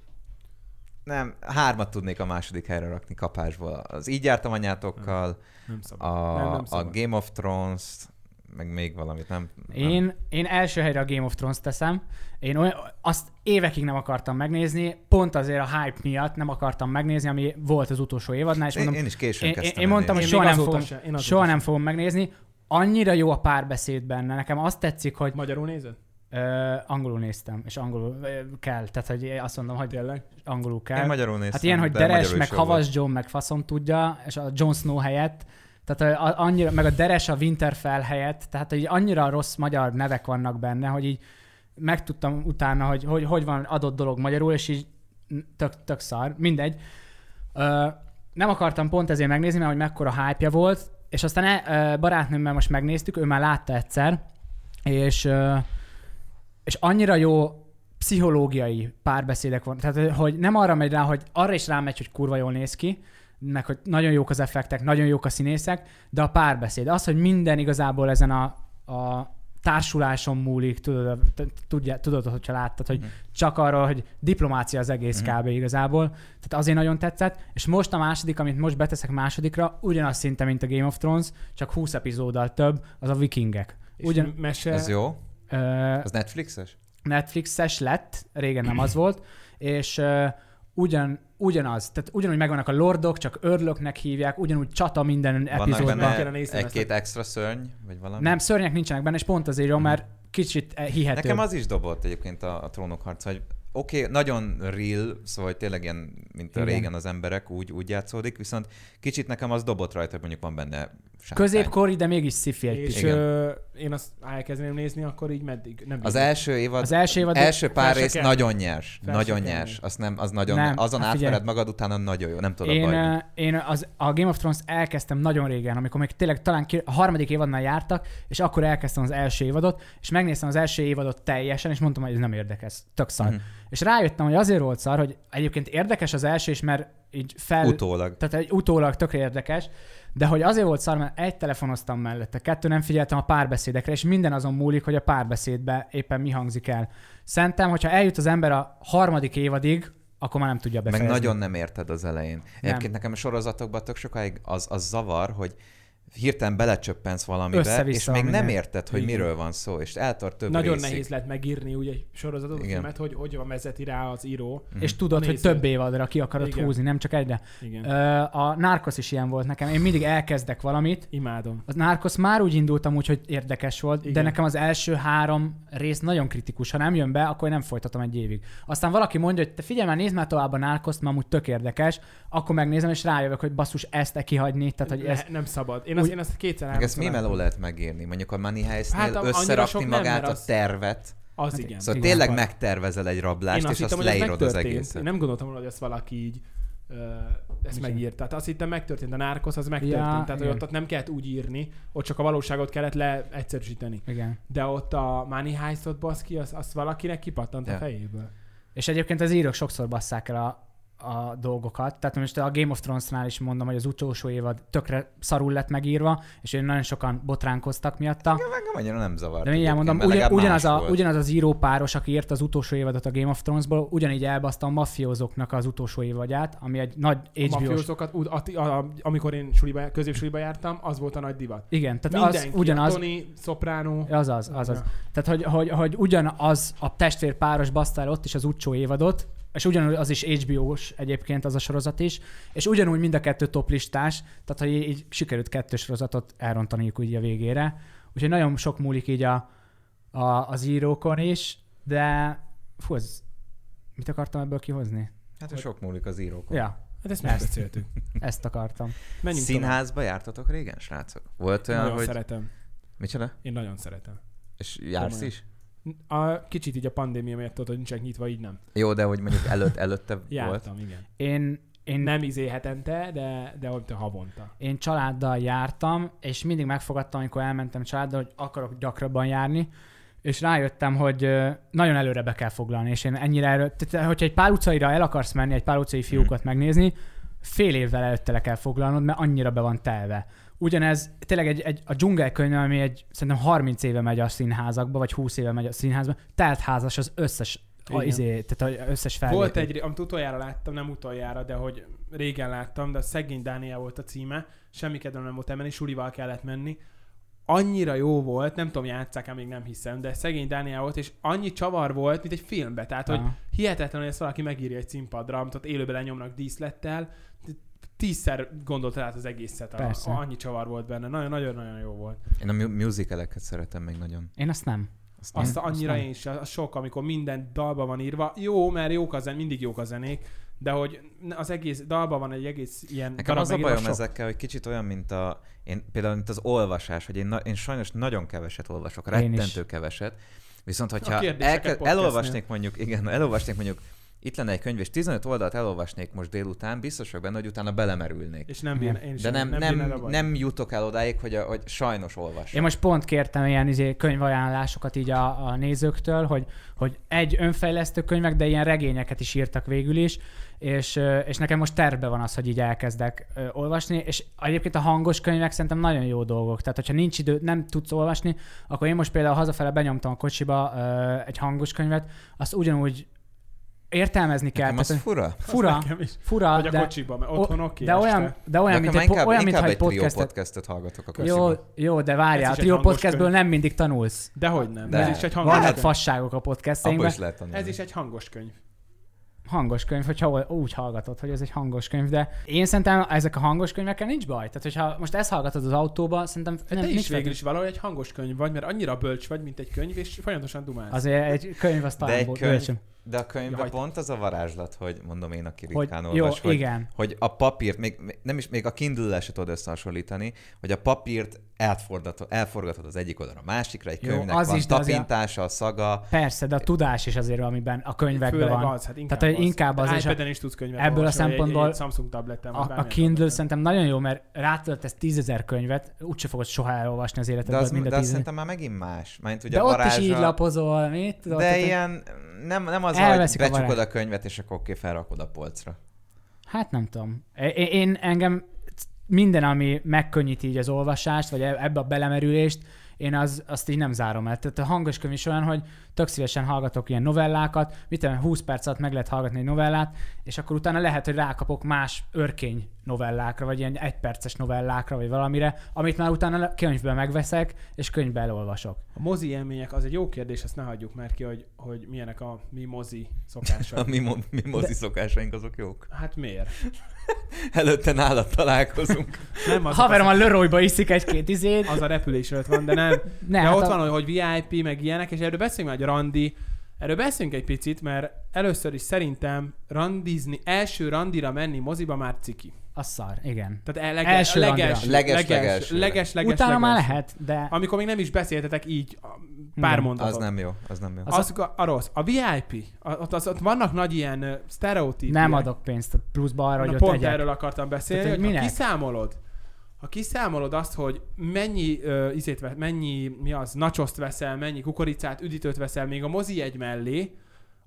Nem, hármat tudnék a második helyre rakni kapásból. Az így jártam anyátokkal,
Nem szabad.
a,
Nem, nem
a
szabad.
Game of Thrones-t, meg még valamit, nem? nem.
Én, én első helyre a Game of Thrones teszem. Én olyan, azt évekig nem akartam megnézni, pont azért a hype miatt nem akartam megnézni, ami volt az utolsó évadnál, és
Én,
mondom,
én is későn
én, én,
kezdtem
én mondtam,
el
hogy
Én
soha
még
nem,
azóta
fogom,
se, én azóta
soha
se.
nem fogom megnézni. Annyira jó a párbeszéd benne. Nekem azt tetszik, hogy
Magyarul nézed?
ö, angolul néztem, és angolul ö, kell. Tehát, hogy azt mondom, hogy
Tényleg?
angolul kell.
nézni. Én magyarul néztem.
Hát ilyen, hogy
de
Deres,
magyarul is
meg
jó volt.
Havas John, meg faszom tudja, és a Jon Snow helyett, tehát a- a- annyira, meg a Deres a Winterfell helyett, tehát hogy annyira rossz magyar nevek vannak benne, hogy így megtudtam utána, hogy hogy, hogy van adott dolog magyarul, és így tök, tök szar, mindegy. Ö, nem akartam pont ezért megnézni, mert hogy mekkora hype volt, és aztán e, ö, barátnőmmel most megnéztük, ő már látta egyszer, és, ö, és annyira jó pszichológiai párbeszédek van. Tehát, hogy nem arra megy rá, hogy arra is rámegy, hogy kurva jól néz ki, meg hogy nagyon jók az effektek, nagyon jók a színészek, de a párbeszéd, az, hogy minden igazából ezen a, a társuláson múlik, tudod, a- t- tudja, tudod, hogyha láttad, hogy csak arról, hogy diplomácia az egész kb. igazából, tehát azért nagyon tetszett, és most a második, amit most beteszek másodikra, ugyanaz szinte, mint a Game of Thrones, csak 20 epizóddal több, az a vikingek.
És
Ugyan,
mese...
Ez jó?
ö,
Az Netflixes?
Netflixes lett, régen nem
<clears throat>
az volt, és ö, ugyan, ugyanaz, tehát ugyanúgy megvannak a lordok, csak örlöknek hívják, ugyanúgy csata minden
Vannak
epizódban.
Kéne
benne
néznem ezt
egy-két extra szörny, vagy valami?
Nem, szörnyek nincsenek benne, és pont azért jó, mert kicsit eh, hihető.
Mm. Nekem az is dobott egyébként a, a trónok harca, hogy oké, okay, nagyon real, szóval hogy tényleg ilyen, mint a
Igen.
régen az emberek, úgy, úgy játszódik, viszont kicsit nekem az dobott rajta, hogy mondjuk van benne sátány.
Középkori, de mégis sci-fi egy
És
kicsit.
Igen.
ö, én azt elkezdeném nézni, akkor így meddig? Nem
Az
bírom.
első évad,
Az első évad-
első
fel
pár
se
rész
kell.
nagyon nyers,
Fel se
nagyon
kell.
nyers, azt nem, az nagyon,
Nem,
nem, azon
hát
hát
figyelj.
átvered magad utána nagyon jó, nem tudod
Én,
abba
ö, én az, a Game of Thrones elkezdtem nagyon régen, amikor még tényleg talán ki, a harmadik évadnál jártak, és akkor elkezdtem az első évadot, és megnéztem az első évadot teljesen, és mondtam, hogy ez nem érdekes, tök szar.
Mhm.
És rájöttem, hogy azért volt szar, hogy egyébként érdekes az első, és mert így fel...
utólag.
Tehát egy utólag tökre érdekes, de hogy azért volt szar, mert egy telefonoztam mellette, kettő nem figyeltem a párbeszédekre, és minden azon múlik, hogy a párbeszédbe éppen mi hangzik el. Szerintem, hogyha eljut az ember a harmadik évadig, akkor már nem tudja
Meg
befejezni.
nagyon nem érted az elején. Egyébként nekem a sorozatokban tök sokáig az, az zavar, hogy hirtelen belecsöppensz valamibe, és
Össze-vissza
még nem
minden.
érted, hogy
Igen.
miről van szó, és eltart több
Nagyon
részig.
nehéz lett megírni úgy egy sorozatot,
Igen.
mert hogy hogy van vezeti rá az író.
És tudod, hogy
Néző.
több évadra ki akarod
Igen.
húzni, nem csak egyre.
Igen.
Ö, a Narcos is ilyen volt nekem. Én mindig elkezdek valamit,
Imádom.
A Narcos már úgy indultam úgy, hogy érdekes volt, Igen. de
Igen.
nekem az első három rész nagyon kritikus. Ha nem jön be, akkor én nem folytatom egy évig. Aztán valaki mondja, hogy te figyelj már, nézd már tovább a Narcoszt, már amúgy tök érdekes, akkor megnézem, és rájövök, hogy basszus, ezt -e kihagyni, tehát hogy ez...
Ne- Nem szabad. Én azt,
Úgy-
én azt kétszer
Meg ezt
háromszor láttam.
mémeló lehet megírni, mondjuk a Money Heistnél
Hát,
hát,
a- annyira sok
összerakni
nem,
magát
mert
a
az-
tervet.
Az
Hát
igen.
Szóval
igen.
tényleg
Van.
megtervezel egy rablást, és azt
hogy ez
leírod az
megtörtént.
egészet.
Én nem gondoltam volna, hogy ezt valaki így ö, ezt
Igen.
megírta. Tehát azt hittem megtörtént, a Narcos az megtörtént.
Ja,
Tehát hogy
igen.
ott, ott nem kellett úgy írni, ott csak a valóságot kellett leegyszerűsíteni.
Igen.
De ott a Money Heistot baszki, az, azt valakinek kipattant a
Ja.
fejéből.
És egyébként az írók sokszor basszák el a, a dolgokat. Tehát most a Game of Thrones-nál is mondom, hogy az utolsó évad tökre szarul lett megírva, és én nagyon sokan botránkoztak miatta.
Ja, Engem annyira nem zavart.
De mindjárt mondom,
egyébként, mert
ugyan,
legalább
ugyanaz,
más
a,
volt.
ugyanaz az írópáros, aki írt az utolsó évadot a Game of Thrones-ból, ugyanígy elbaszta a mafiózóknak az utolsó évadját, ami egy nagy
A
HBO-s...
mafiózókat, úgy- a, a, a, amikor én suliba, középsuliba jártam, az volt a nagy divat.
Igen, tehát
Tehát
az
Mindenki,
ugyanaz,
a Tony, Soprano,
az az, az az.
Ja.
Tehát, hogy, hogy, hogy ugyanaz a testvérpáros basztál ott is az utcsó évadot, és ugyanúgy az is HBO-s egyébként az a sorozat is, és ugyanúgy mind a kettő toplistás, tehát hogy így, így sikerült kettő sorozatot elrontaniuk úgy a végére. Úgyhogy nagyon sok múlik így a, a, az írókon is, de fú, ez, mit akartam ebből kihozni?
Hát sok múlik az írókon.
Ja,
hát ezt
Ezt.
megbeszéltük.
ezt akartam.
Menjünk tovább.
Színházba jártatok régen, srácok? Volt olyan,
Nagyon
hogy...
szeretem.
Micsoda?
Én nagyon szeretem.
És jársz
Komolyan.
is?
A, kicsit így a pandémia miatt tudod, hogy nincsenek nyitva, így nem.
Jó, de hogy mondjuk előtt, előtte volt.
Jártam, igen.
Én, én,
Nem izé hetente, de, de olyan, mint a havonta.
én családdal jártam, és mindig megfogadtam, amikor elmentem családdal, hogy akarok gyakrabban járni, és rájöttem, hogy ö, nagyon előre be kell foglalni, és én ennyire elő... Tehát, eh, hogyha egy pár utcaira el akarsz menni, egy pár utcai
Mm.
fiúkat megnézni, fél évvel előtte le kell foglalnod, mert annyira be van telve. Ugyanez tényleg egy, egy, a dzsungelkönyv, ami egy, szerintem 30 éve megy a színházakba, vagy 20 éve megy a színházba, telt házas az összes, a,
Igen.
izé, tehát az összes fellépő.
Volt egy, amit utoljára láttam, nem utoljára, de hogy régen láttam, de a Szegény Dániel volt a címe, semmi kedvem nem volt elmenni, sulival kellett menni. annyira jó volt, nem tudom, játszák még nem hiszem, de szegény Dániel volt, és annyi csavar volt, mint egy filmbe. Tehát, hát, hogy
Aha.
hihetetlen, hogy ezt valaki megírja egy színpadra, amit ott élőben lenyomnak díszlettel, tízszer gondolta át az egészet, a,
Persze.
annyi csavar volt benne, nagyon-nagyon jó volt.
Én a mu- musicaleket szeretem még nagyon.
Én azt nem.
Azt
Azt
Én-
annyira
azt
én is, a sok, amikor minden dalba van írva. Jó, mert jók a zen, mindig jók a zenék, de hogy az egész dalban van egy egész ilyen
Nekem
darab
az a
megírva,
bajom
sok.
ezekkel, hogy kicsit olyan, mint a, én, például mint az olvasás, hogy én, na, én sajnos nagyon keveset olvasok,
Én is.
rettentő keveset. Viszont,
A
hogyha
kérdéseket
elke,
podcastnél.
elolvasnék mondjuk, igen, elolvasnék mondjuk, itt lenne egy könyv, és 15 oldalt elolvasnék most délután, biztos vagyok benne, hogy utána belemerülnék.
És nem
Igen.
bír, én is
De nem,
bírnám
nem,
a
nem,
bajt.
nem jutok el odáig, hogy, a, hogy sajnos
Én
olvasom.
most pont kértem ilyen izé, könyvajánlásokat így a, a nézőktől, hogy, hogy egy önfejlesztő könyvek, de ilyen regényeket is írtak végül is, és, ö, és nekem most terve van az, hogy így elkezdek ö, olvasni, és egyébként a hangos könyvek szerintem nagyon jó dolgok. Tehát, hogyha nincs idő, nem tudsz olvasni, akkor én most például hazafele benyomtam a kocsiba ö, egy hangos könyvet, azt ugyanúgy értelmezni kell.
Nekem <laughs> az
Tehát,
fura.
fura,
Nekem is.
fura,
Vagy a
de,
kocsiba, mert otthon oké.
de olyan,
este.
de olyan, mint
Nekem
egy, po-
inkább,
olyan,
inkább
mintha egy
egy trió
podcastet
podcastet hallgatok a
jó,
kocsiban.
jó, de várjál,
Ez
a
is egy
Trio
hangos
Podcastből
könyv.
nem mindig tanulsz.
Dehogy nem.
De.
Ez is egy hangos
Vannak
könyv.
fasságok a
Abba
podcastjainkban.
is lehet tanulni.
Ez is egy hangos könyv.
Hangos könyv, hogyha ol- úgy hallgatod, hogy ez egy hangos könyv, de én szerintem ezek a hangos könyvekkel nincs baj. Tehát, hogyha most ezt hallgatod az autóba, szerintem
Nem,
nem,
Te is
nincs
végül
végül.
is valahol egy hangos könyv vagy, mert annyira bölcs vagy, mint egy könyv, és folyamatosan dumálsz.
Azért egy könyv az
De
talán
egy
volt,
könyv-
bölcsöm.
De a könyvben
Jaj.
pont az a varázslat, hogy mondom én, aki
Hogy,
ritkán
jó,
olvas, hogy,
igen.
hogy a papírt, még, még- nem is, még a Kindle-lel se tudod összehasonlítani, hogy a papírt elfordítod, elforgatod az egyik oldalra a másikra, egy
Jó,
könyvnek
az
van
is, de azért-
tapintása, a szaga.
Persze, de a tudás is azért, amiben a könyvekben
Főleg
van.
az, hát inkább
Tehát,
az.
hogy inkább az
De
is a-
iPad-en is tudsz könyvet
ebből a
olvasni, vagy egy-
szempontból
Egy, Samsung tableten, vagy
A, a
bármilyen
Kindle
tableten.
szerintem nagyon jó, mert rátöltesz tízezer könyvet, úgyse fogod soha elolvasni az
De,
életedben
az,
mind a
de azt
tízezer.
szerintem már megint más. Mert ugye
De
a
ott is
varázslat,
így lapozol, mit tudod?
De
tehát, hogy-
ilyen, nem, nem az, hogy
Elveszik a
becsukod a,
varázs.
könyvet, és akkor oké, felrakod a polcra.
Hát nem tudom. É- Én, én engem minden, ami megkönnyíti így az olvasást, vagy e- ebbe a belemerülést, én az, azt így nem zárom el. Tehát a hangos könyv is olyan, hogy tök szívesen hallgatok ilyen novellákat, mit tudom, 20 perc alatt meg lehet hallgatni egy novellát, és akkor utána lehet, hogy rákapok más örkény novellákra, vagy ilyen egyperces novellákra, vagy valamire, amit már utána le- könyvbe megveszek, és könyvbe elolvasok.
A mozi élmények az egy jó kérdés, ezt ne hagyjuk már ki, hogy, hogy milyenek a mi mozi szokások.
<laughs> A mi, mo- mi mozi szokásaink azok jók.
Hát miért?
Előtte nálad
<laughs>
találkozunk.
Nem
A
az,
haverom a Leroyba iszik egy-két izét.
az a repülés előtt van,
<laughs>
de nem.
Ne,
de
hát
ott
a-
van, hogy VIP, meg ilyenek, és erről beszéljünk már, hogy a randi. Erről beszéljünk egy picit, mert először is szerintem randizni, első randira menni moziba már ciki.
Az szar, igen.
Tehát el, lege,
Első
leges,
randira.
Leges-
leges, leges,
legelsőre.
leges, leges,
utána már
legelső.
lehet, de...
Amikor még nem is beszéltetek így a- pár
Igen.
mondatot.
Az nem jó, az nem jó.
Az, az, a, a rossz. A VIP, a, ott, az, ott vannak nagy ilyen ö, sztereotípiák.
Nem adok pénzt pluszba arra,
Na,
hogy ott
pont
tegyek.
erről akartam beszélni,
Tehát,
hogy,
hogy
ha
minek?
kiszámolod, ha kiszámolod azt, hogy mennyi uh, izét, ve- mennyi, mi az, nacsoszt veszel, mennyi kukoricát, üdítőt veszel még a mozi egy mellé,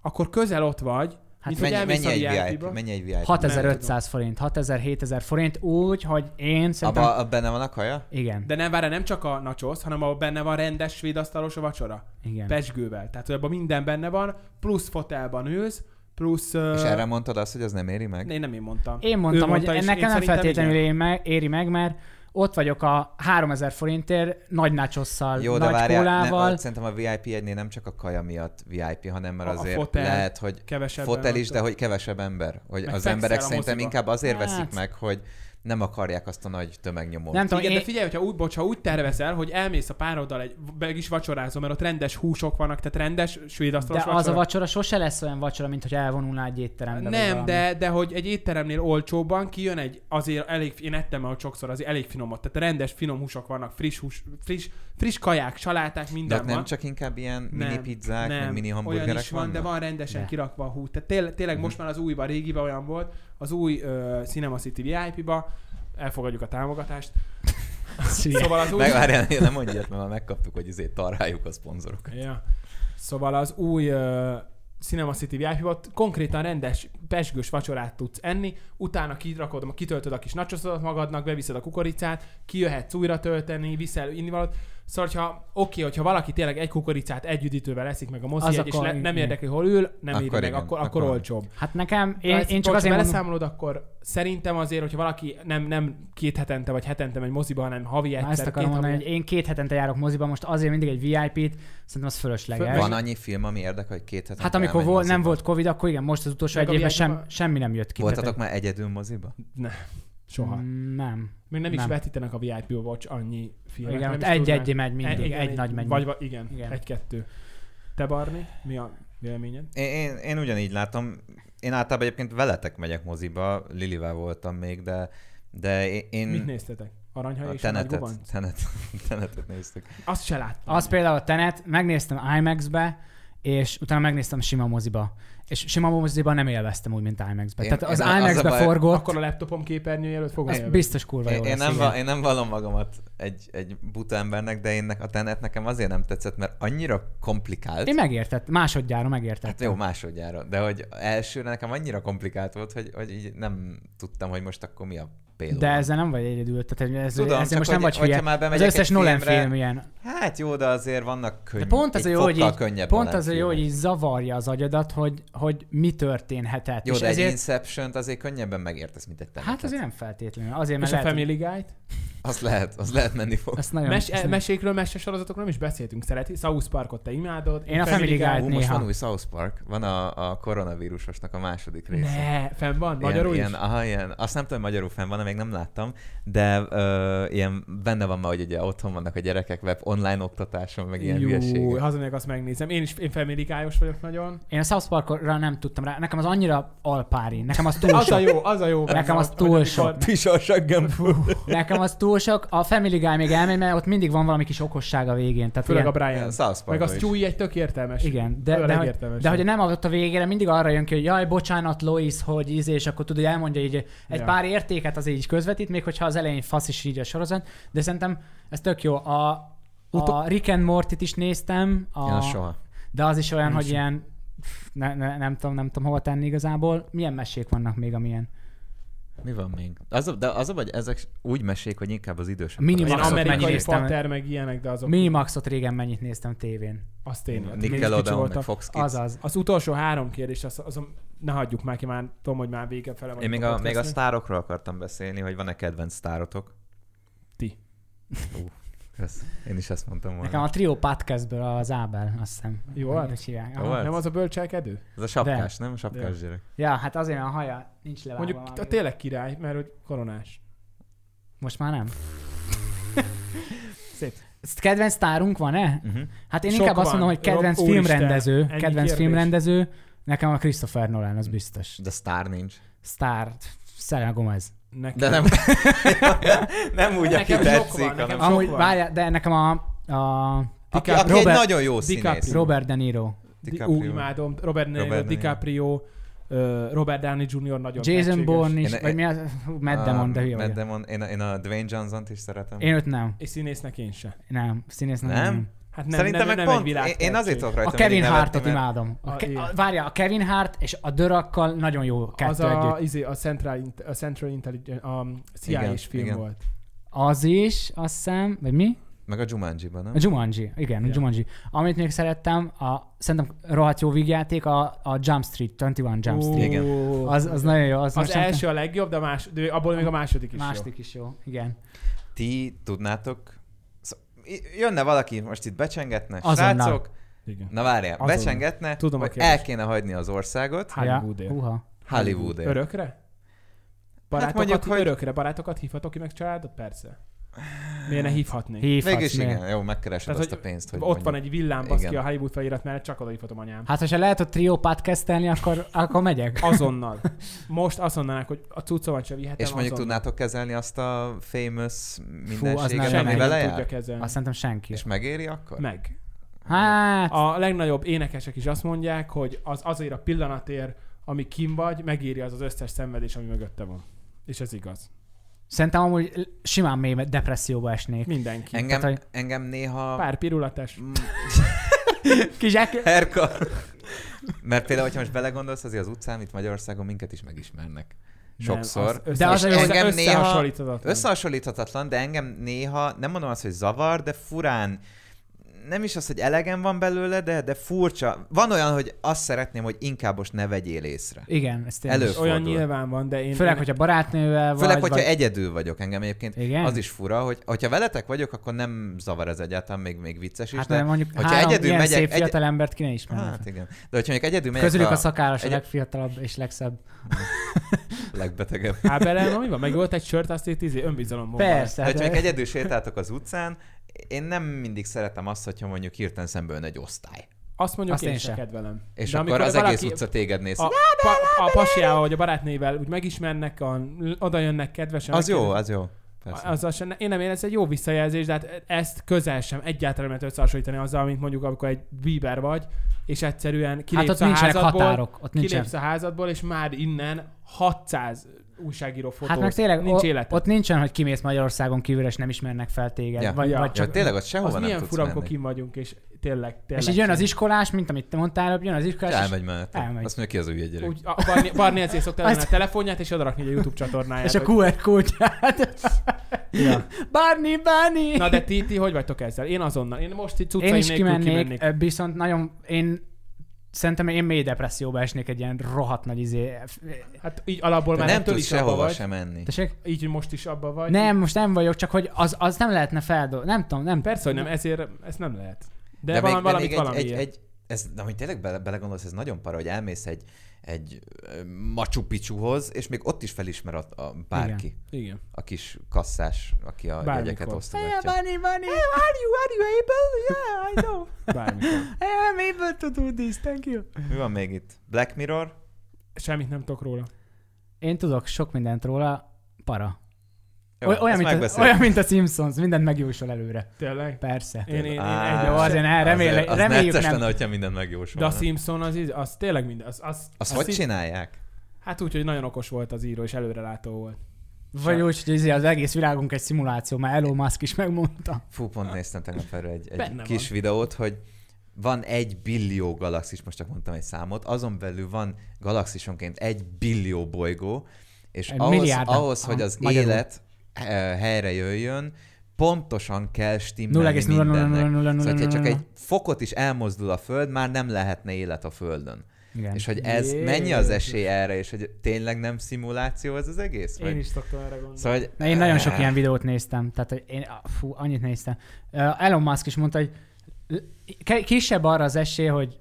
akkor közel ott vagy,
Hát
mint hogy
Menj,
elmész
menj
a
egy
VIP-ba.
VIP, menj egy VIP.
Nem
6500 forint, 6000-7000 forint, úgy, hogy én szerintem...
Abba, abba benne van a kaja?
Igen,
De nem várja, nem csak a nachos, hanem a benne van rendes svéd asztalos vacsora.
igen.
Pesgővel. Tehát, hogy abban minden benne van, plusz fotelban ülsz, plusz... Uh,
És erre mondtad azt, hogy az nem éri meg?
Én nem én mondtam.
Én
Ő
mondtam, hogy
mondta, és én
nekem nem
szerintem
feltétlenül
igen.
éri meg, éri meg, mert ott vagyok a 3000 forintért, nagy nácsosszal,
Jó, de
nagy
várjál,
kólával.
nem, szerintem a VIP egynél nem csak a kaja miatt VIP, hanem mert
A- a
azért
fotel
lehet, hogy
Kevesebben
fotel
van
is, de hogy kevesebb ember. Hogy
Meg
az
fekszel
emberek
a
szerintem
moziba.
inkább azért
Hát.
veszik meg, hogy nem akarják azt a nagy tömegnyomót.
Nem tudom,
Igen,
én,
de figyelj, hogyha úgy, bocs, ha úgy tervezel, hogy elmész a pároddal, egy, meg is vacsorázol, mert ott rendes húsok vannak, tehát rendes svéd
de
asztalos
az a vacsora sose lesz olyan vacsora, mint hogy elvonulnál egy étterembe. vagy
Nem,
valami.
de, de hogy egy étteremnél olcsóbban kijön egy, azért elég, én ettem már ott sokszor, azért elég finomot, tehát rendes finom húsok vannak, friss hús, friss, friss kaják, saláták,
de
minden
ott nem
van.
csak inkább ilyen
Nem,
mini pizzák, meg mini
Olyan
hamburgerek
is van, de
vannak? Mhm.
van rendesen
De.
de. kirakva a hú. Tehát tél, tényleg most már az újban, régiben olyan volt, az új uh, Cinema City VIP-ba, elfogadjuk a támogatást.
Szia.
<laughs>
Szóval az új...
Megvárjál, nem mondj ilyet, mert már megkaptuk, hogy izét taráljuk a szponzorok.
Ja. Szóval az új uh, Cinema City vip ott konkrétan rendes pesgős vacsorát tudsz enni, utána kirakod, kitöltöd a kis nachoszodat magadnak, beviszed a kukoricát, kijöhetsz újra tölteni, viszel innivalót. Szóval, hogyha oké, hogyha valaki tényleg egy kukoricát egy üdítővel eszik meg a
Az
mozi egy, és
akkor-
le, nem
igen.
érdekli, hol ül, nem
Akkor
éri meg,
igen,
akkor, akkor,
akkor-
olcsóbb.
Hát nekem, én,
Tehát,
én csak
ha
azért mondom,
beleszámolod, akkor szerintem azért, hogyha valaki nem, nem két hetente vagy hetente megy moziba, hanem havi
Na,
egyszer,
ezt akarom
két
mondani, hogy
havi...
én két hetente járok moziba, most azért mindig egy VIP-t, szerintem az fölösleges.
Van annyi film, ami érdekel, hogy két hetente
Hát amikor
elmegy
volt, nem
moziba?
volt Covid, akkor igen, most az utolsó
Meg
egy
a
évben
világban-
sem, semmi nem jött ki.
Voltatok
Tehát-
már egyedül moziba?
Ne, soha.
Mm, Nem.
Még nem, is
Nem.
vetítenek a VIP Watch annyi filmet.
Igen,
nem
ott
is tudnák.
egy-egy megy mindig,
E-
egy nagy megy
Vagy, vagy igen,
Igen.
igen. egy-kettő. Te Barni, mi a véleményed?
Én, én, én ugyanígy látom. Én általában egyébként veletek megyek moziba, Lilivel voltam még, de, de én... én
Mit néztetek? Aranyhaj
a
és a nagy
tenetet,
gubanc?
tenet, <laughs> tenetet néztük.
Azt se láttam.
Az például a Tenet, megnéztem IMAX-be, és utána megnéztem sima moziba. És sima moziba nem élveztem úgy, mint IMAX-be.
Én-
Tehát az
én- az a
IMAX-be
baj-
forgott,
Akkor a laptopom képernyője előtt fogom
az
élvezni.
biztos kurva jó
Én, én,
lesz,
nem,
igen.
va- én nem vallom magamat egy, egy buta embernek, de én, a tenet nekem azért nem tetszett, mert annyira komplikált.
Én megértett, másodjára megértett.
Hát jó, másodjára. De hogy elsőre nekem annyira komplikált volt, hogy, hogy így nem tudtam, hogy most akkor mi a példa.
De ezzel nem vagy egyedül, tehát ez,
Tudom,
Tudom, ezzel
csak
most nem
hogy-
vagy
hogyha
hülye.
már
Az
bemegyek
összes
egy
Nolan
filmre-
film ilyen.
Hát jó, de azért vannak
De
könnyű.
pont az a
egy
jó, hogy
fokkal
így,
könnyebb
pont
Nolan
az a jó, hogy
filmek.
így zavarja az agyadat, hogy, hogy mi történhetett.
Jó,
és
de ezért... egy
ezért,
Inception-t azért könnyebben megértesz, mint egy temetet.
hát azért nem feltétlenül. Azért, mert
És a
lehet, hogy
Family Guy-t?
Az lehet, az lehet menni fog.
azt nagyon...
Mes-
azt-
mesékről, mesesorozatokról nem is beszéltünk. Szereti? South Parkot te imádod.
Én a Family Guy-t
Hú, most
néha.
van új South Park, van a, a koronavírusosnak a második része.
Ne, fenn van,
Ilyen-
magyarul
ilyen,
is.
Aha, ilyen, azt nem tudom, hogy magyarul fenn van, még nem láttam, de ö, ilyen benne van ma, hogy ugye otthon vannak a gyerekek web online oktatáson, meg ilyen
Jó, hát
hülyeségek.
hazamegyek, azt megnézem. Én is én Family Guy-os vagyok nagyon.
Én a South Parkra nem tudtam rá. Nekem az annyira alpári. Nekem az túl
<laughs> Az a
sok.
jó, az a jó. benne,
Nekem az
hogy-
túl
hogy
sok.
amikor-
Pisarsaggan
Nekem az túl sok. A Family Guy még elmegy, mert ott mindig van valami kis okosság a végén. Tehát
Főleg a
ilyen,
Brian.
South
Meg
Park
a Stewie egy tök értelmes.
igen, de,
Ő a
de, hogy,
legértelmesebb.
de hogy nem adott a végére, mindig arra jön ki, hogy jaj, bocsánat, Lois, hogy íz, és akkor tudod, elmondja így egy
Ja.
pár értéket azért így közvetít, még hogyha az elején fasz is így a sorozat, de szerintem ez tök jó. A, a
Utol-
Rick and Mortit is néztem, a,
Ja, soha.
de az is olyan,
Én
hogy
sem.
ilyen, pff, ne, ne, nem tudom, nem tudom hova tenni igazából. Milyen mesék vannak még, amilyen?
Mi van még? Az a, de az a, vagy ezek úgy mesék, hogy inkább az idősebb.
Minimum.
Én
Maxot mennyi
amerikai
néztem?
Potter, meg ilyenek, de azok...
Minimaxot régen mennyit néztem tévén.
Az tényleg.
kicsi
Nickelodeon,
voltam.
meg Fox Kids.
Azaz.
Az utolsó három kérdés, az, az, ne hagyjuk már ki, már tudom, hogy már vége fele
Én még a, még a
podcastnek.
sztárokról akartam beszélni, hogy van-e kedvenc sztárotok?
Ti.
Ú, kösz. Én is ezt mondtam volna.
Nekem a Trio Podcastből az Ábel, azt hiszem.
Jó
Hogy
volt?
is hívják.
Jó
Aha.
volt?
Nem az a bölcselkedő?
Ez a sapkás, nem? A sapkás gyerek.
Ja, hát azért, mert a haja nincs levágva.
Mondjuk
már
a
még.
tényleg király, mert hogy koronás.
Most már nem.
Szép.
Ezt Kedvenc tárunk van-e?
Uh-huh.
Hát én
Sok
inkább azt
van.
mondom, hogy kedvenc
Rob, úristen,
filmrendező.
ennyi
kedvenc
kérdés.
filmrendező. Nekem a Christopher Nolan, az biztos.
De sztár nincs.
Sztár. Selena Gomez.
Nekem. <laughs>
De nem, nem úgy, aki
Nekem sok van,
tetszik, hanem...
nekem
Aki,
sok
Amúgy,
van.
várjál, de nekem a, a
aki
DiCaprio-
egy
Robert-
nagyon jó színész.
DiCaprio.
Robert De Niro.
Di-
DiCaprio.
Ú, imádom. Robert De Niro,
Robert De Niro.
DiCaprio, ö, Robert Downey Jr. nagyon
Jason
tehetséges.
Bourne is,
Én-
vagy
én-
mi az? Hú, Matt Damon, de hülye
Ah, Matt
vagyok.
Damon. Én, a- én a Dwayne Johnson-t is szeretem.
Én őt nem.
És színésznek én se.
Nem, színész nem.
Nem?
nem.
Hát nem,
Nem, Szerintem
nem, nem
meg pont,
egy világ
én, én azért tudok
A
rajta
Kevin
mindig
Hartot
nevetni, mert-
imádom. A
A-
ke- a,
igen.
várja, a Kevin Hart és a Dörakkal nagyon jó kettő
az
együtt.
a, izé, a Central, Int- a Central Intelligence, a
Igen,
CIA-s film
igen.
volt.
Az is, azt hiszem, vagy mi?
Meg a Jumanji-ban, nem?
A Jumanji, igen, a
Ja.
Jumanji. Amit még szerettem, a, szerintem rohadt jó vígjáték, a, a Jump Street, 21 Jump Street.
Igen.
Ú,
Az, az nagyon jó. Az,
Az
most nem-
első a legjobb, de, más, de abból még a második is jó.
Második is jó, igen.
Ti tudnátok... Szó- i- Jönne valaki, most itt becsengetne,
Azonnal.
srácok,
Igen.
na várjál,
Azonnal.
becsengetne,
Tudom a
hogy
kérdést.
el kéne hagyni az országot
Hollywoodért.
Uha.
Hollywoodért.
Örökre? Barátokat, hát
mondjuk,
mondjuk,
hogy-
hogy... örökre barátokat hívhatok ki, meg családot? Persze. Miért ne hívhatnék?
Hívhatsz
Mégis
miért?
igen, jó, megkeresed
Tehát,
azt a
hogy
pénzt, hogy
Ott van egy villám, baszki,
Igen.
a Hollywood felirat mellett, csak oda hívhatom anyám.
Hát, ha se lehet ott triópát kezdtelni, akkor, akkor megyek.
Azonnal. Most azt mondanák, hogy a cuccomat se vihetem
És mondjuk
azonnal.
tudnátok kezelni azt a famous
az
mindenséget,
nem
ami
megy,
vele
nem tudja
jár?
kezelni.
Azt szerintem senki.
És megéri akkor?
Meg.
Hát,
A legnagyobb énekesek is azt mondják, hogy az azért a pillanatért, ami kim vagy, megéri az az összes szenvedés, ami mögötte van. És ez igaz.
szerintem amúgy l- simán mély depresszióba esnék.
Mindenki.
Engem,
Tehát,
engem néha...
Pár pirulatás.
Mm,
Kis ek-
Herka. <laughs> Mert például, hogyha most belegondolsz, azért az utcán itt Magyarországon minket is megismernek. És sokszor.
Az
De
de
az
az
a jó, hogy
engem
engem néha-
összehasonlítatatlan.
Összehasonlíthatatlan, de engem néha, nem mondom azt, hogy zavar, de furán nem is az, hogy elegem van belőle, de, de furcsa. Van olyan, hogy azt szeretném, hogy inkább most ne vegyél észre.
Igen, ez tényleg.
Elő.
Előbb.
Olyan
Előfordul.
nyilván van, de én...
Főleg,
én-
hogyha barátnővel
Főleg,
vagy.
hogyha
vagy...
egyedül vagyok engem egyébként.
Igen?
Az is fura, hogy hogyha veletek vagyok, akkor nem zavar ez egyáltalán, még, még vicces is,
Hát
de...
de mondjuk
hogyha
három
egyedül
ilyen
megyek-
szép
egy-
fiatal embert ki ne ismernek.
Hát igen. De hogyha mondjuk egyedül megyek
Közülük
a,
a szakállas a
egy-
legfiatalabb és legszebb.
legbetegebb.
Ábelen, mi van? Meg volt egy sört, azt itt izé, önbizalom bomba.
Persze. hát, eh,
hogyha
de-
mondjuk egyedül sétáltok az utcán, én nem mindig szeretem azt, hogyha mondjuk hirtelen szembe jön egy osztály.
Azt mondjuk
Azt
én,
én
sem
se.
kedvelem.
És
De
de akkor
amikor
az
valaki-
egész utca téged néz.
A,
A,
pa, a pasiával vagy a barátnével úgy megismernek, a, oda jönnek kedvesen.
az jó,
megkérdezik.
az jó. Persze.
Azzal sem, én nem érem, ez egy jó visszajelzés, de hát ezt közel sem egyáltalán nem lehet összehasonlítani azzal, mint mondjuk amikor egy Bieber vagy, és egyszerűen
Hát
kilépsz
ott
hát a
nincsenek
házadból,
határok. Ott nincsen.
kilépsz a házadból, és már innen 600 újságíró fotó.
Hát meg tényleg
nincs
o-
életed.
ott nincsen, hogy kimész Magyarországon kívülre, és nem ismernek fel téged.
Ja.
Vagy,
Ja.
vagy
Csak
csak...
tényleg ott sehova
az
nem
milyen
tudsz
fura,
menni.
amikor kim vagyunk, és tényleg, tényleg.
És így jön az
sem.
iskolás, mint amit te mondtál, előbb, jön az iskolás, és
Elmegy mellette.
Elmegy.
Elmegy. Azt mondja, ki az új gyerek.
Úgy, a Barni, Barni
<laughs>
ezért szokta
Azt-
lenni a telefonját, és odarakni egy YouTube csatornáját.
és a
hogy-
QR kódját.
Ja.
Barney, Barney!
Na de ti, ti hogy vagytok ezzel? Én azonnal. Én most itt cuccaim
én is
nélkül
kimennék,
kimennék.
ö, viszont nagyon, én szerintem én mély depresszióba esnék egy ilyen rohadt nagy izé.
Hát így alapból
De
már
nem
ettől
tudsz
is abba
sehova
vagy.
sem menni.
Tessék?
Így most is abba vagy.
Nem, most nem vagyok, csak hogy az, az nem lehetne feldolgozni. Nem tudom, nem.
Persze, hogy nem, ezért ezt nem lehet. De,
még-
valami, valamit
még
valami
egy, egy,
ilyet.
egy, ez, de hogy tényleg bele, belegondolsz, ez nagyon para, hogy elmész egy, egy ö, Machu Picchuhoz, és még ott is felismer a, a bárki. Igen.
Igen.
A kis kasszás, aki a
Bármikor.
Bármikor. jegyeket
Yeah,
osztogatja.
Barney, Barney! are you, are you able? Yeah, I <laughs> know.
Bármikor.
I am able to do this, thank you.
Mi van még itt? Black Mirror?
Semmit nem tudok róla.
Én tudok sok mindent róla, para.
Jó,
Oly- olyan,
ezt
mint a,
megbeszéljük.
olyan, mint a Simpsons, mindent megjósol előre.
Tényleg?
Persze.
Én, én, én,
Á,
egy
Jó, azért ne, remél,
Azért az
reméljük
necces
nem.
lenne, hogyha minden megjósolna.
De a Simpson az, íz- az tényleg minden. Az, az,
Azt
a
hogy
Sim-
csinálják?
Hát úgy, hogy nagyon okos volt az író, és előrelátó volt.
Vagy úgy, hogy izé az egész világunk egy szimuláció, már Elon Musk is megmondta.
Fú, pont néztem tegnap erről egy, egy
Benne
kis
van.
videót, hogy van egy billió galaxis, most csak mondtam egy számot, azon belül van galaxisonként egy billió bolygó, és
Egy
ahhoz,
milliárd.
ahhoz,
Aha,
hogy az
magyarul.
élet eh, helyre jöjjön, pontosan kell stimmelni mindennek. Szóval, hogyha csak
0,00000.
egy fokot is elmozdul a Föld, már nem lehetne élet a Földön.
Igen.
És hogy ez
Jézus.
mennyi az esély erre, és hogy tényleg nem szimuláció ez az egész?
Én
Vagy-
is szoktam erre gondolni.
Szóval, hogy...
Na, én nagyon sok ilyen videót néztem, tehát hogy én á, fú, annyit néztem. Ö, Elon Musk is mondta, hogy l- ke- kisebb arra az esély, hogy,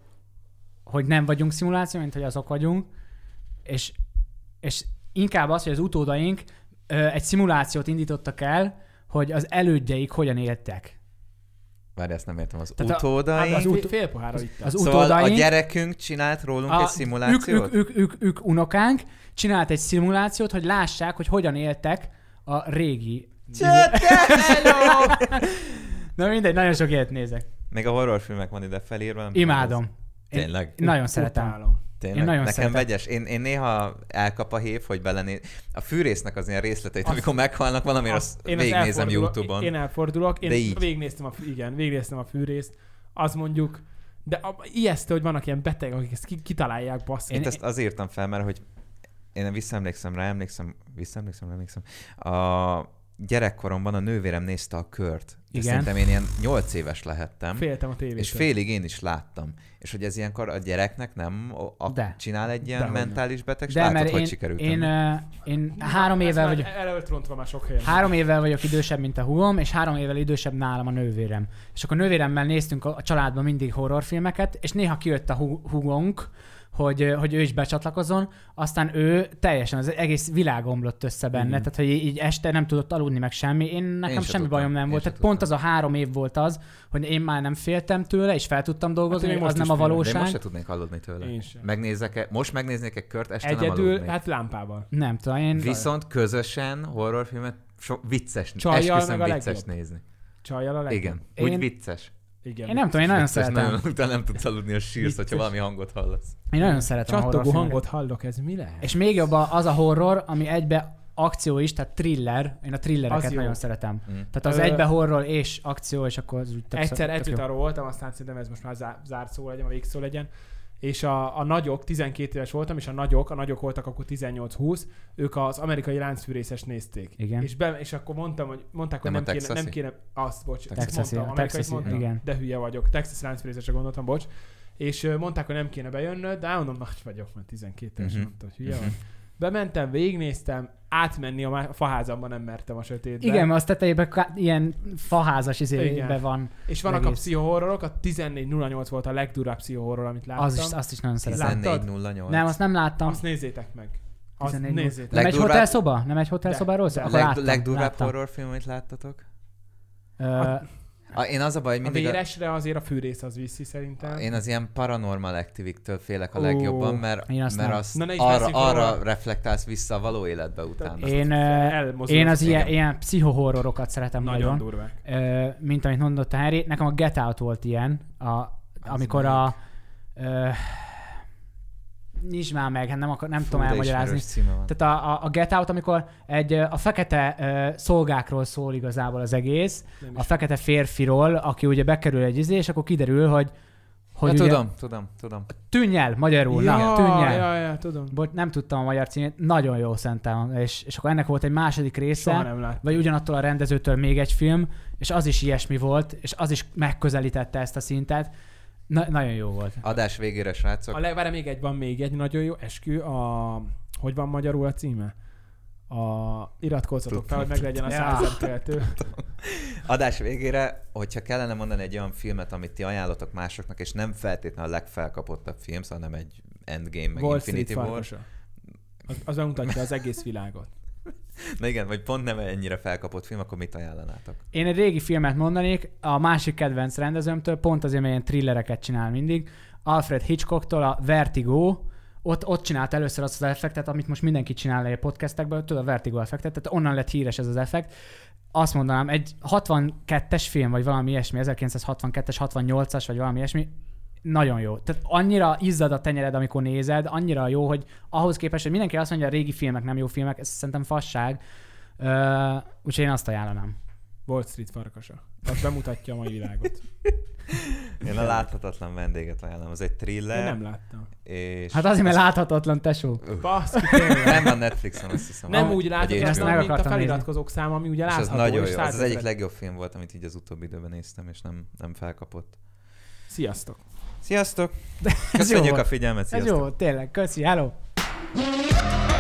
hogy nem vagyunk szimuláció, mint hogy azok vagyunk, és, és inkább az, hogy az utódaink ö, egy szimulációt indítottak el, hogy az elődjeik hogyan éltek.
Várj, ezt nem értem. Az
Tehát a- hát
utódaink...
az
Az ut-
fél pohára itt.
Az
Szóval a
utódaink...
gyerekünk csinált rólunk egy szimulációt?
Ők, ők, ők, ők, ők unokánk csinált egy szimulációt, hogy lássák, hogy hogyan éltek a régi... <laughs> Na mindegy, nagyon sok ilyet nézek.
Még a horrorfilmek van ide felírva. nem tudom,
Imádom.
ez- Tényleg?
Én nagyon szeretem.
Utálom.
Tényleg?
én nagyon
Nekem
szeretem.
vegyes. Én, én néha elkap a hív, hogy belené... A fűrésznek az ilyen részleteit, amikor meghalnak valamire, azt,
én
végignézem
elfordulok-
Youtube-on.
Én elfordulok, én
De így.
végignéztem a, fű- igen, végignéztem a fűrészt, az mondjuk, de a, ijesztő, hogy vannak ilyen beteg, akik ezt ki, kitalálják, basszik.
Itt ezt az írtam fel, mert hogy én visszaemlékszem rá, emlékszem, visszaemlékszem rá, emlékszem. A gyerekkoromban a nővérem nézte a kört. De
Igen.
Szerintem én ilyen 8 éves lehettem.
Féltem a tévétől.
És félig én is láttam. És hogy ez ilyenkor a gyereknek nem o- a,
De.
csinál egy ilyen
Dehogy nem.
mentális beteg, és
De
látod,
mert
hogy
én,
sikerült.
én,
ennek.
ö, én három
Ezt
évvel
már
vagyok.
El előtt rontva már sok helyen.
Három évvel vagyok idősebb, mint a húgom, és három évvel idősebb nálam a nővérem. És akkor a nővéremmel néztünk a a családban mindig horrorfilmeket, és néha kijött a hú- húgónk, hogy, ö, hogy ő is becsatlakozon, aztán ő teljesen az egész világ omlott össze benne,
Igen.
tehát hogy í- így este nem tudott aludni meg semmi, én nekem
se
semmi
tudtam.
bajom nem
Én
volt,
se
tehát pont az
tudtam.
a három év volt az, hogy én már nem féltem tőle, és fel tudtam dolgozni,
én
hogy
most
az nem
is
a
félek, de én
De én
valóság.
most se tudnék hallodni tőle.
Én sem.
Megnézek-e, most megnéznék egy kört, este nem
Egyedül,
aludnék.
hát lámpával.
Nem tudom, én...
Viszont közösen horrorfilmet so, vicces,
Csajjal
esküszöm
meg a
vicces
legjobb.
nézni.
Csajjal a legjobb.
Igen,
Én-
úgy vicces.
Igen.
Én nem tudom, én nagyon
vicces,
szeretem.
nem, utána nem tudsz aludni, a sírsz, hogyha valami hangot hallasz.
Én nagyon szeretem a
Csattogó
horrorfilmeket.
hangot hallok, ez mi lehet?
És még jobb a- az a horror, ami egybe akció is, tehát thriller. Én a thrillereket
Az jó.
nagyon szeretem.
Mm.
Tehát az
Ö,
egybe horror és akció, és akkor az úgy tök szó-
Egyszer
tök
együtt
jó.
arról voltam, aztán szerintem ez most már zá- zárt szó legyen, vagy végszó legyen. és a, a nagyok, 12 éves voltam, és a nagyok, a nagyok voltak akkor 18-20, ők az amerikai láncfűrészes nézték.
Igen.
És, be, és akkor mondtam, hogy mondták, hogy
Nem
nem,
a
nem, kéne, nem
texasi?
kéne, azt, bocs,
Texasi,
mondtam,
ja,
amerikai
texasi,
mondtam,
igen.
de hülye vagyok, Texas láncfűrészesre gondoltam, bocs. És ö, mondták, hogy nem kéne bejönnöd, de á, mondom, nagy vagyok, mert 12 éves,
Mhm.
mm-hmm. mondtam, hogy hülye vagy. Bementem, végignéztem, átmenni a, má- a faházamba nem mertem a sötétbe.
Igen, mert az tetejében ká- ilyen faházas izébe
Igen.
van.
És vannak a
Egész.
pszichohorrorok, a 1408 volt a legdurább pszichohorror, amit láttam.
Az is, azt is nagyon szeretem.
Láttad?
14.08.
Nem, azt nem láttam.
Azt nézzétek meg. Azt
14
nézzétek.
Nem egy
Legdurvább-
hotelszoba? Nem egy hotelszoba szól?
A
Akkor
leg,
láttam.
legdurvább
láttam.
horrorfilm, amit láttatok?
Ö,
Hát,
A, én az a baj, hogy
A
mindig a,
véresre azért a fűrész az viszi szerintem.
én az ilyen paranormal activity-től félek a
Ó,
legjobban, mert,
én azt
mert
nem.
azt
Na, ne is
arra,
beszéljünk
arra
róla.
reflektálsz vissza a való életbe utána.
Én, ö,
Elmozdul
én
az
az ilyen,
igen.
ilyen pszichohorrorokat szeretem
nagyon,
nagyon.
durvák.
Ö, mint amit mondott a Harry, nekem a Get Out volt ilyen, a, amikor a... Ö, nincs már meg, hát nem, akar, nem tudom elmagyarázni. Tehát a, a, a Get Out, amikor egy, ö, a fekete ö, szolgákról szól igazából az egész,
Nem
a
is.
fekete férfiról, aki ugye bekerül egy izé, és akkor kiderül, hogy, hogy
Hogy ja,
ugye,
Hát tudom, tudom, tudom.
tűnjel magyarul, na,
ja,
tűnjel.
ja, ja, tudom.
Bocs, nem tudtam a magyar címét, nagyon jó szerintem, és, és akkor ennek volt egy második
Soha
része,
nem láttam.
vagy ugyanattól a rendezőtől még egy film, és az is ilyesmi volt, és az is megközelítette ezt a szintet. Na, nagyon jó volt.
Adás végére, srácok.
A le, várj, még egy van, még egy nagyon jó eskü, a... Hogy van magyarul a címe? A iratkozzatok fel, hogy meglegyen a
Ja.
százer követő.
Adás végére, hogyha kellene mondani egy olyan filmet, amit ti ajánlotok másoknak, és nem feltétlenül a legfelkapottabb film, szóval nem egy Endgame, meg
Wall Street
Infinity War.
farkasa. Az, az bemutatja az egész világot.
Na igen, vagy pont nem ennyire felkapott film, akkor mit ajánlanátok?
Én egy régi filmet mondanék, a másik kedvenc rendezőmtől, pont azért, mert ilyen thrillereket csinál mindig, Alfred Hitchcocktól a Vertigo, ott, ott csinált először azt az effektet, amit most mindenki csinál le a podcastekből, tudod, a Vertigo effektet, tehát onnan lett híres ez az effekt. Azt mondanám, egy 62-es film, vagy valami ilyesmi, 1962-es, 68-as, vagy valami ilyesmi, nagyon jó. Tehát annyira izzad a tenyered, amikor nézed, annyira jó, hogy ahhoz képest, hogy mindenki azt mondja, a régi filmek nem jó filmek, ez szerintem fasság. Ö, úgyhogy én azt ajánlanám.
Wall Street farkasa. Az bemutatja a mai
<laughs>
világot.
Én a láthatatlan vendéget ajánlom, az egy
Én
thriller.
nem láttam.
és
Hát azért, mert láthatatlan, tesó.
Baszki,
Nem van Netflixen, azt hiszem.
Nem
Vagy-
úgy
vagy
Ezt
láthatatlan,
meg
mint a
akartam
feliratkozók száma, ami ugye
És az
látható.
nagyon jó. Ez az egyik
százezret.
legjobb film volt, amit így az utóbbi időben néztem, és nem, nem felkapott.
Sziasztok!
Sziasztok!
<laughs> Ez jó
Köszönjük
volt.
a figyelmet,
Ez
sziasztok!
jó, tényleg, köszi, hello.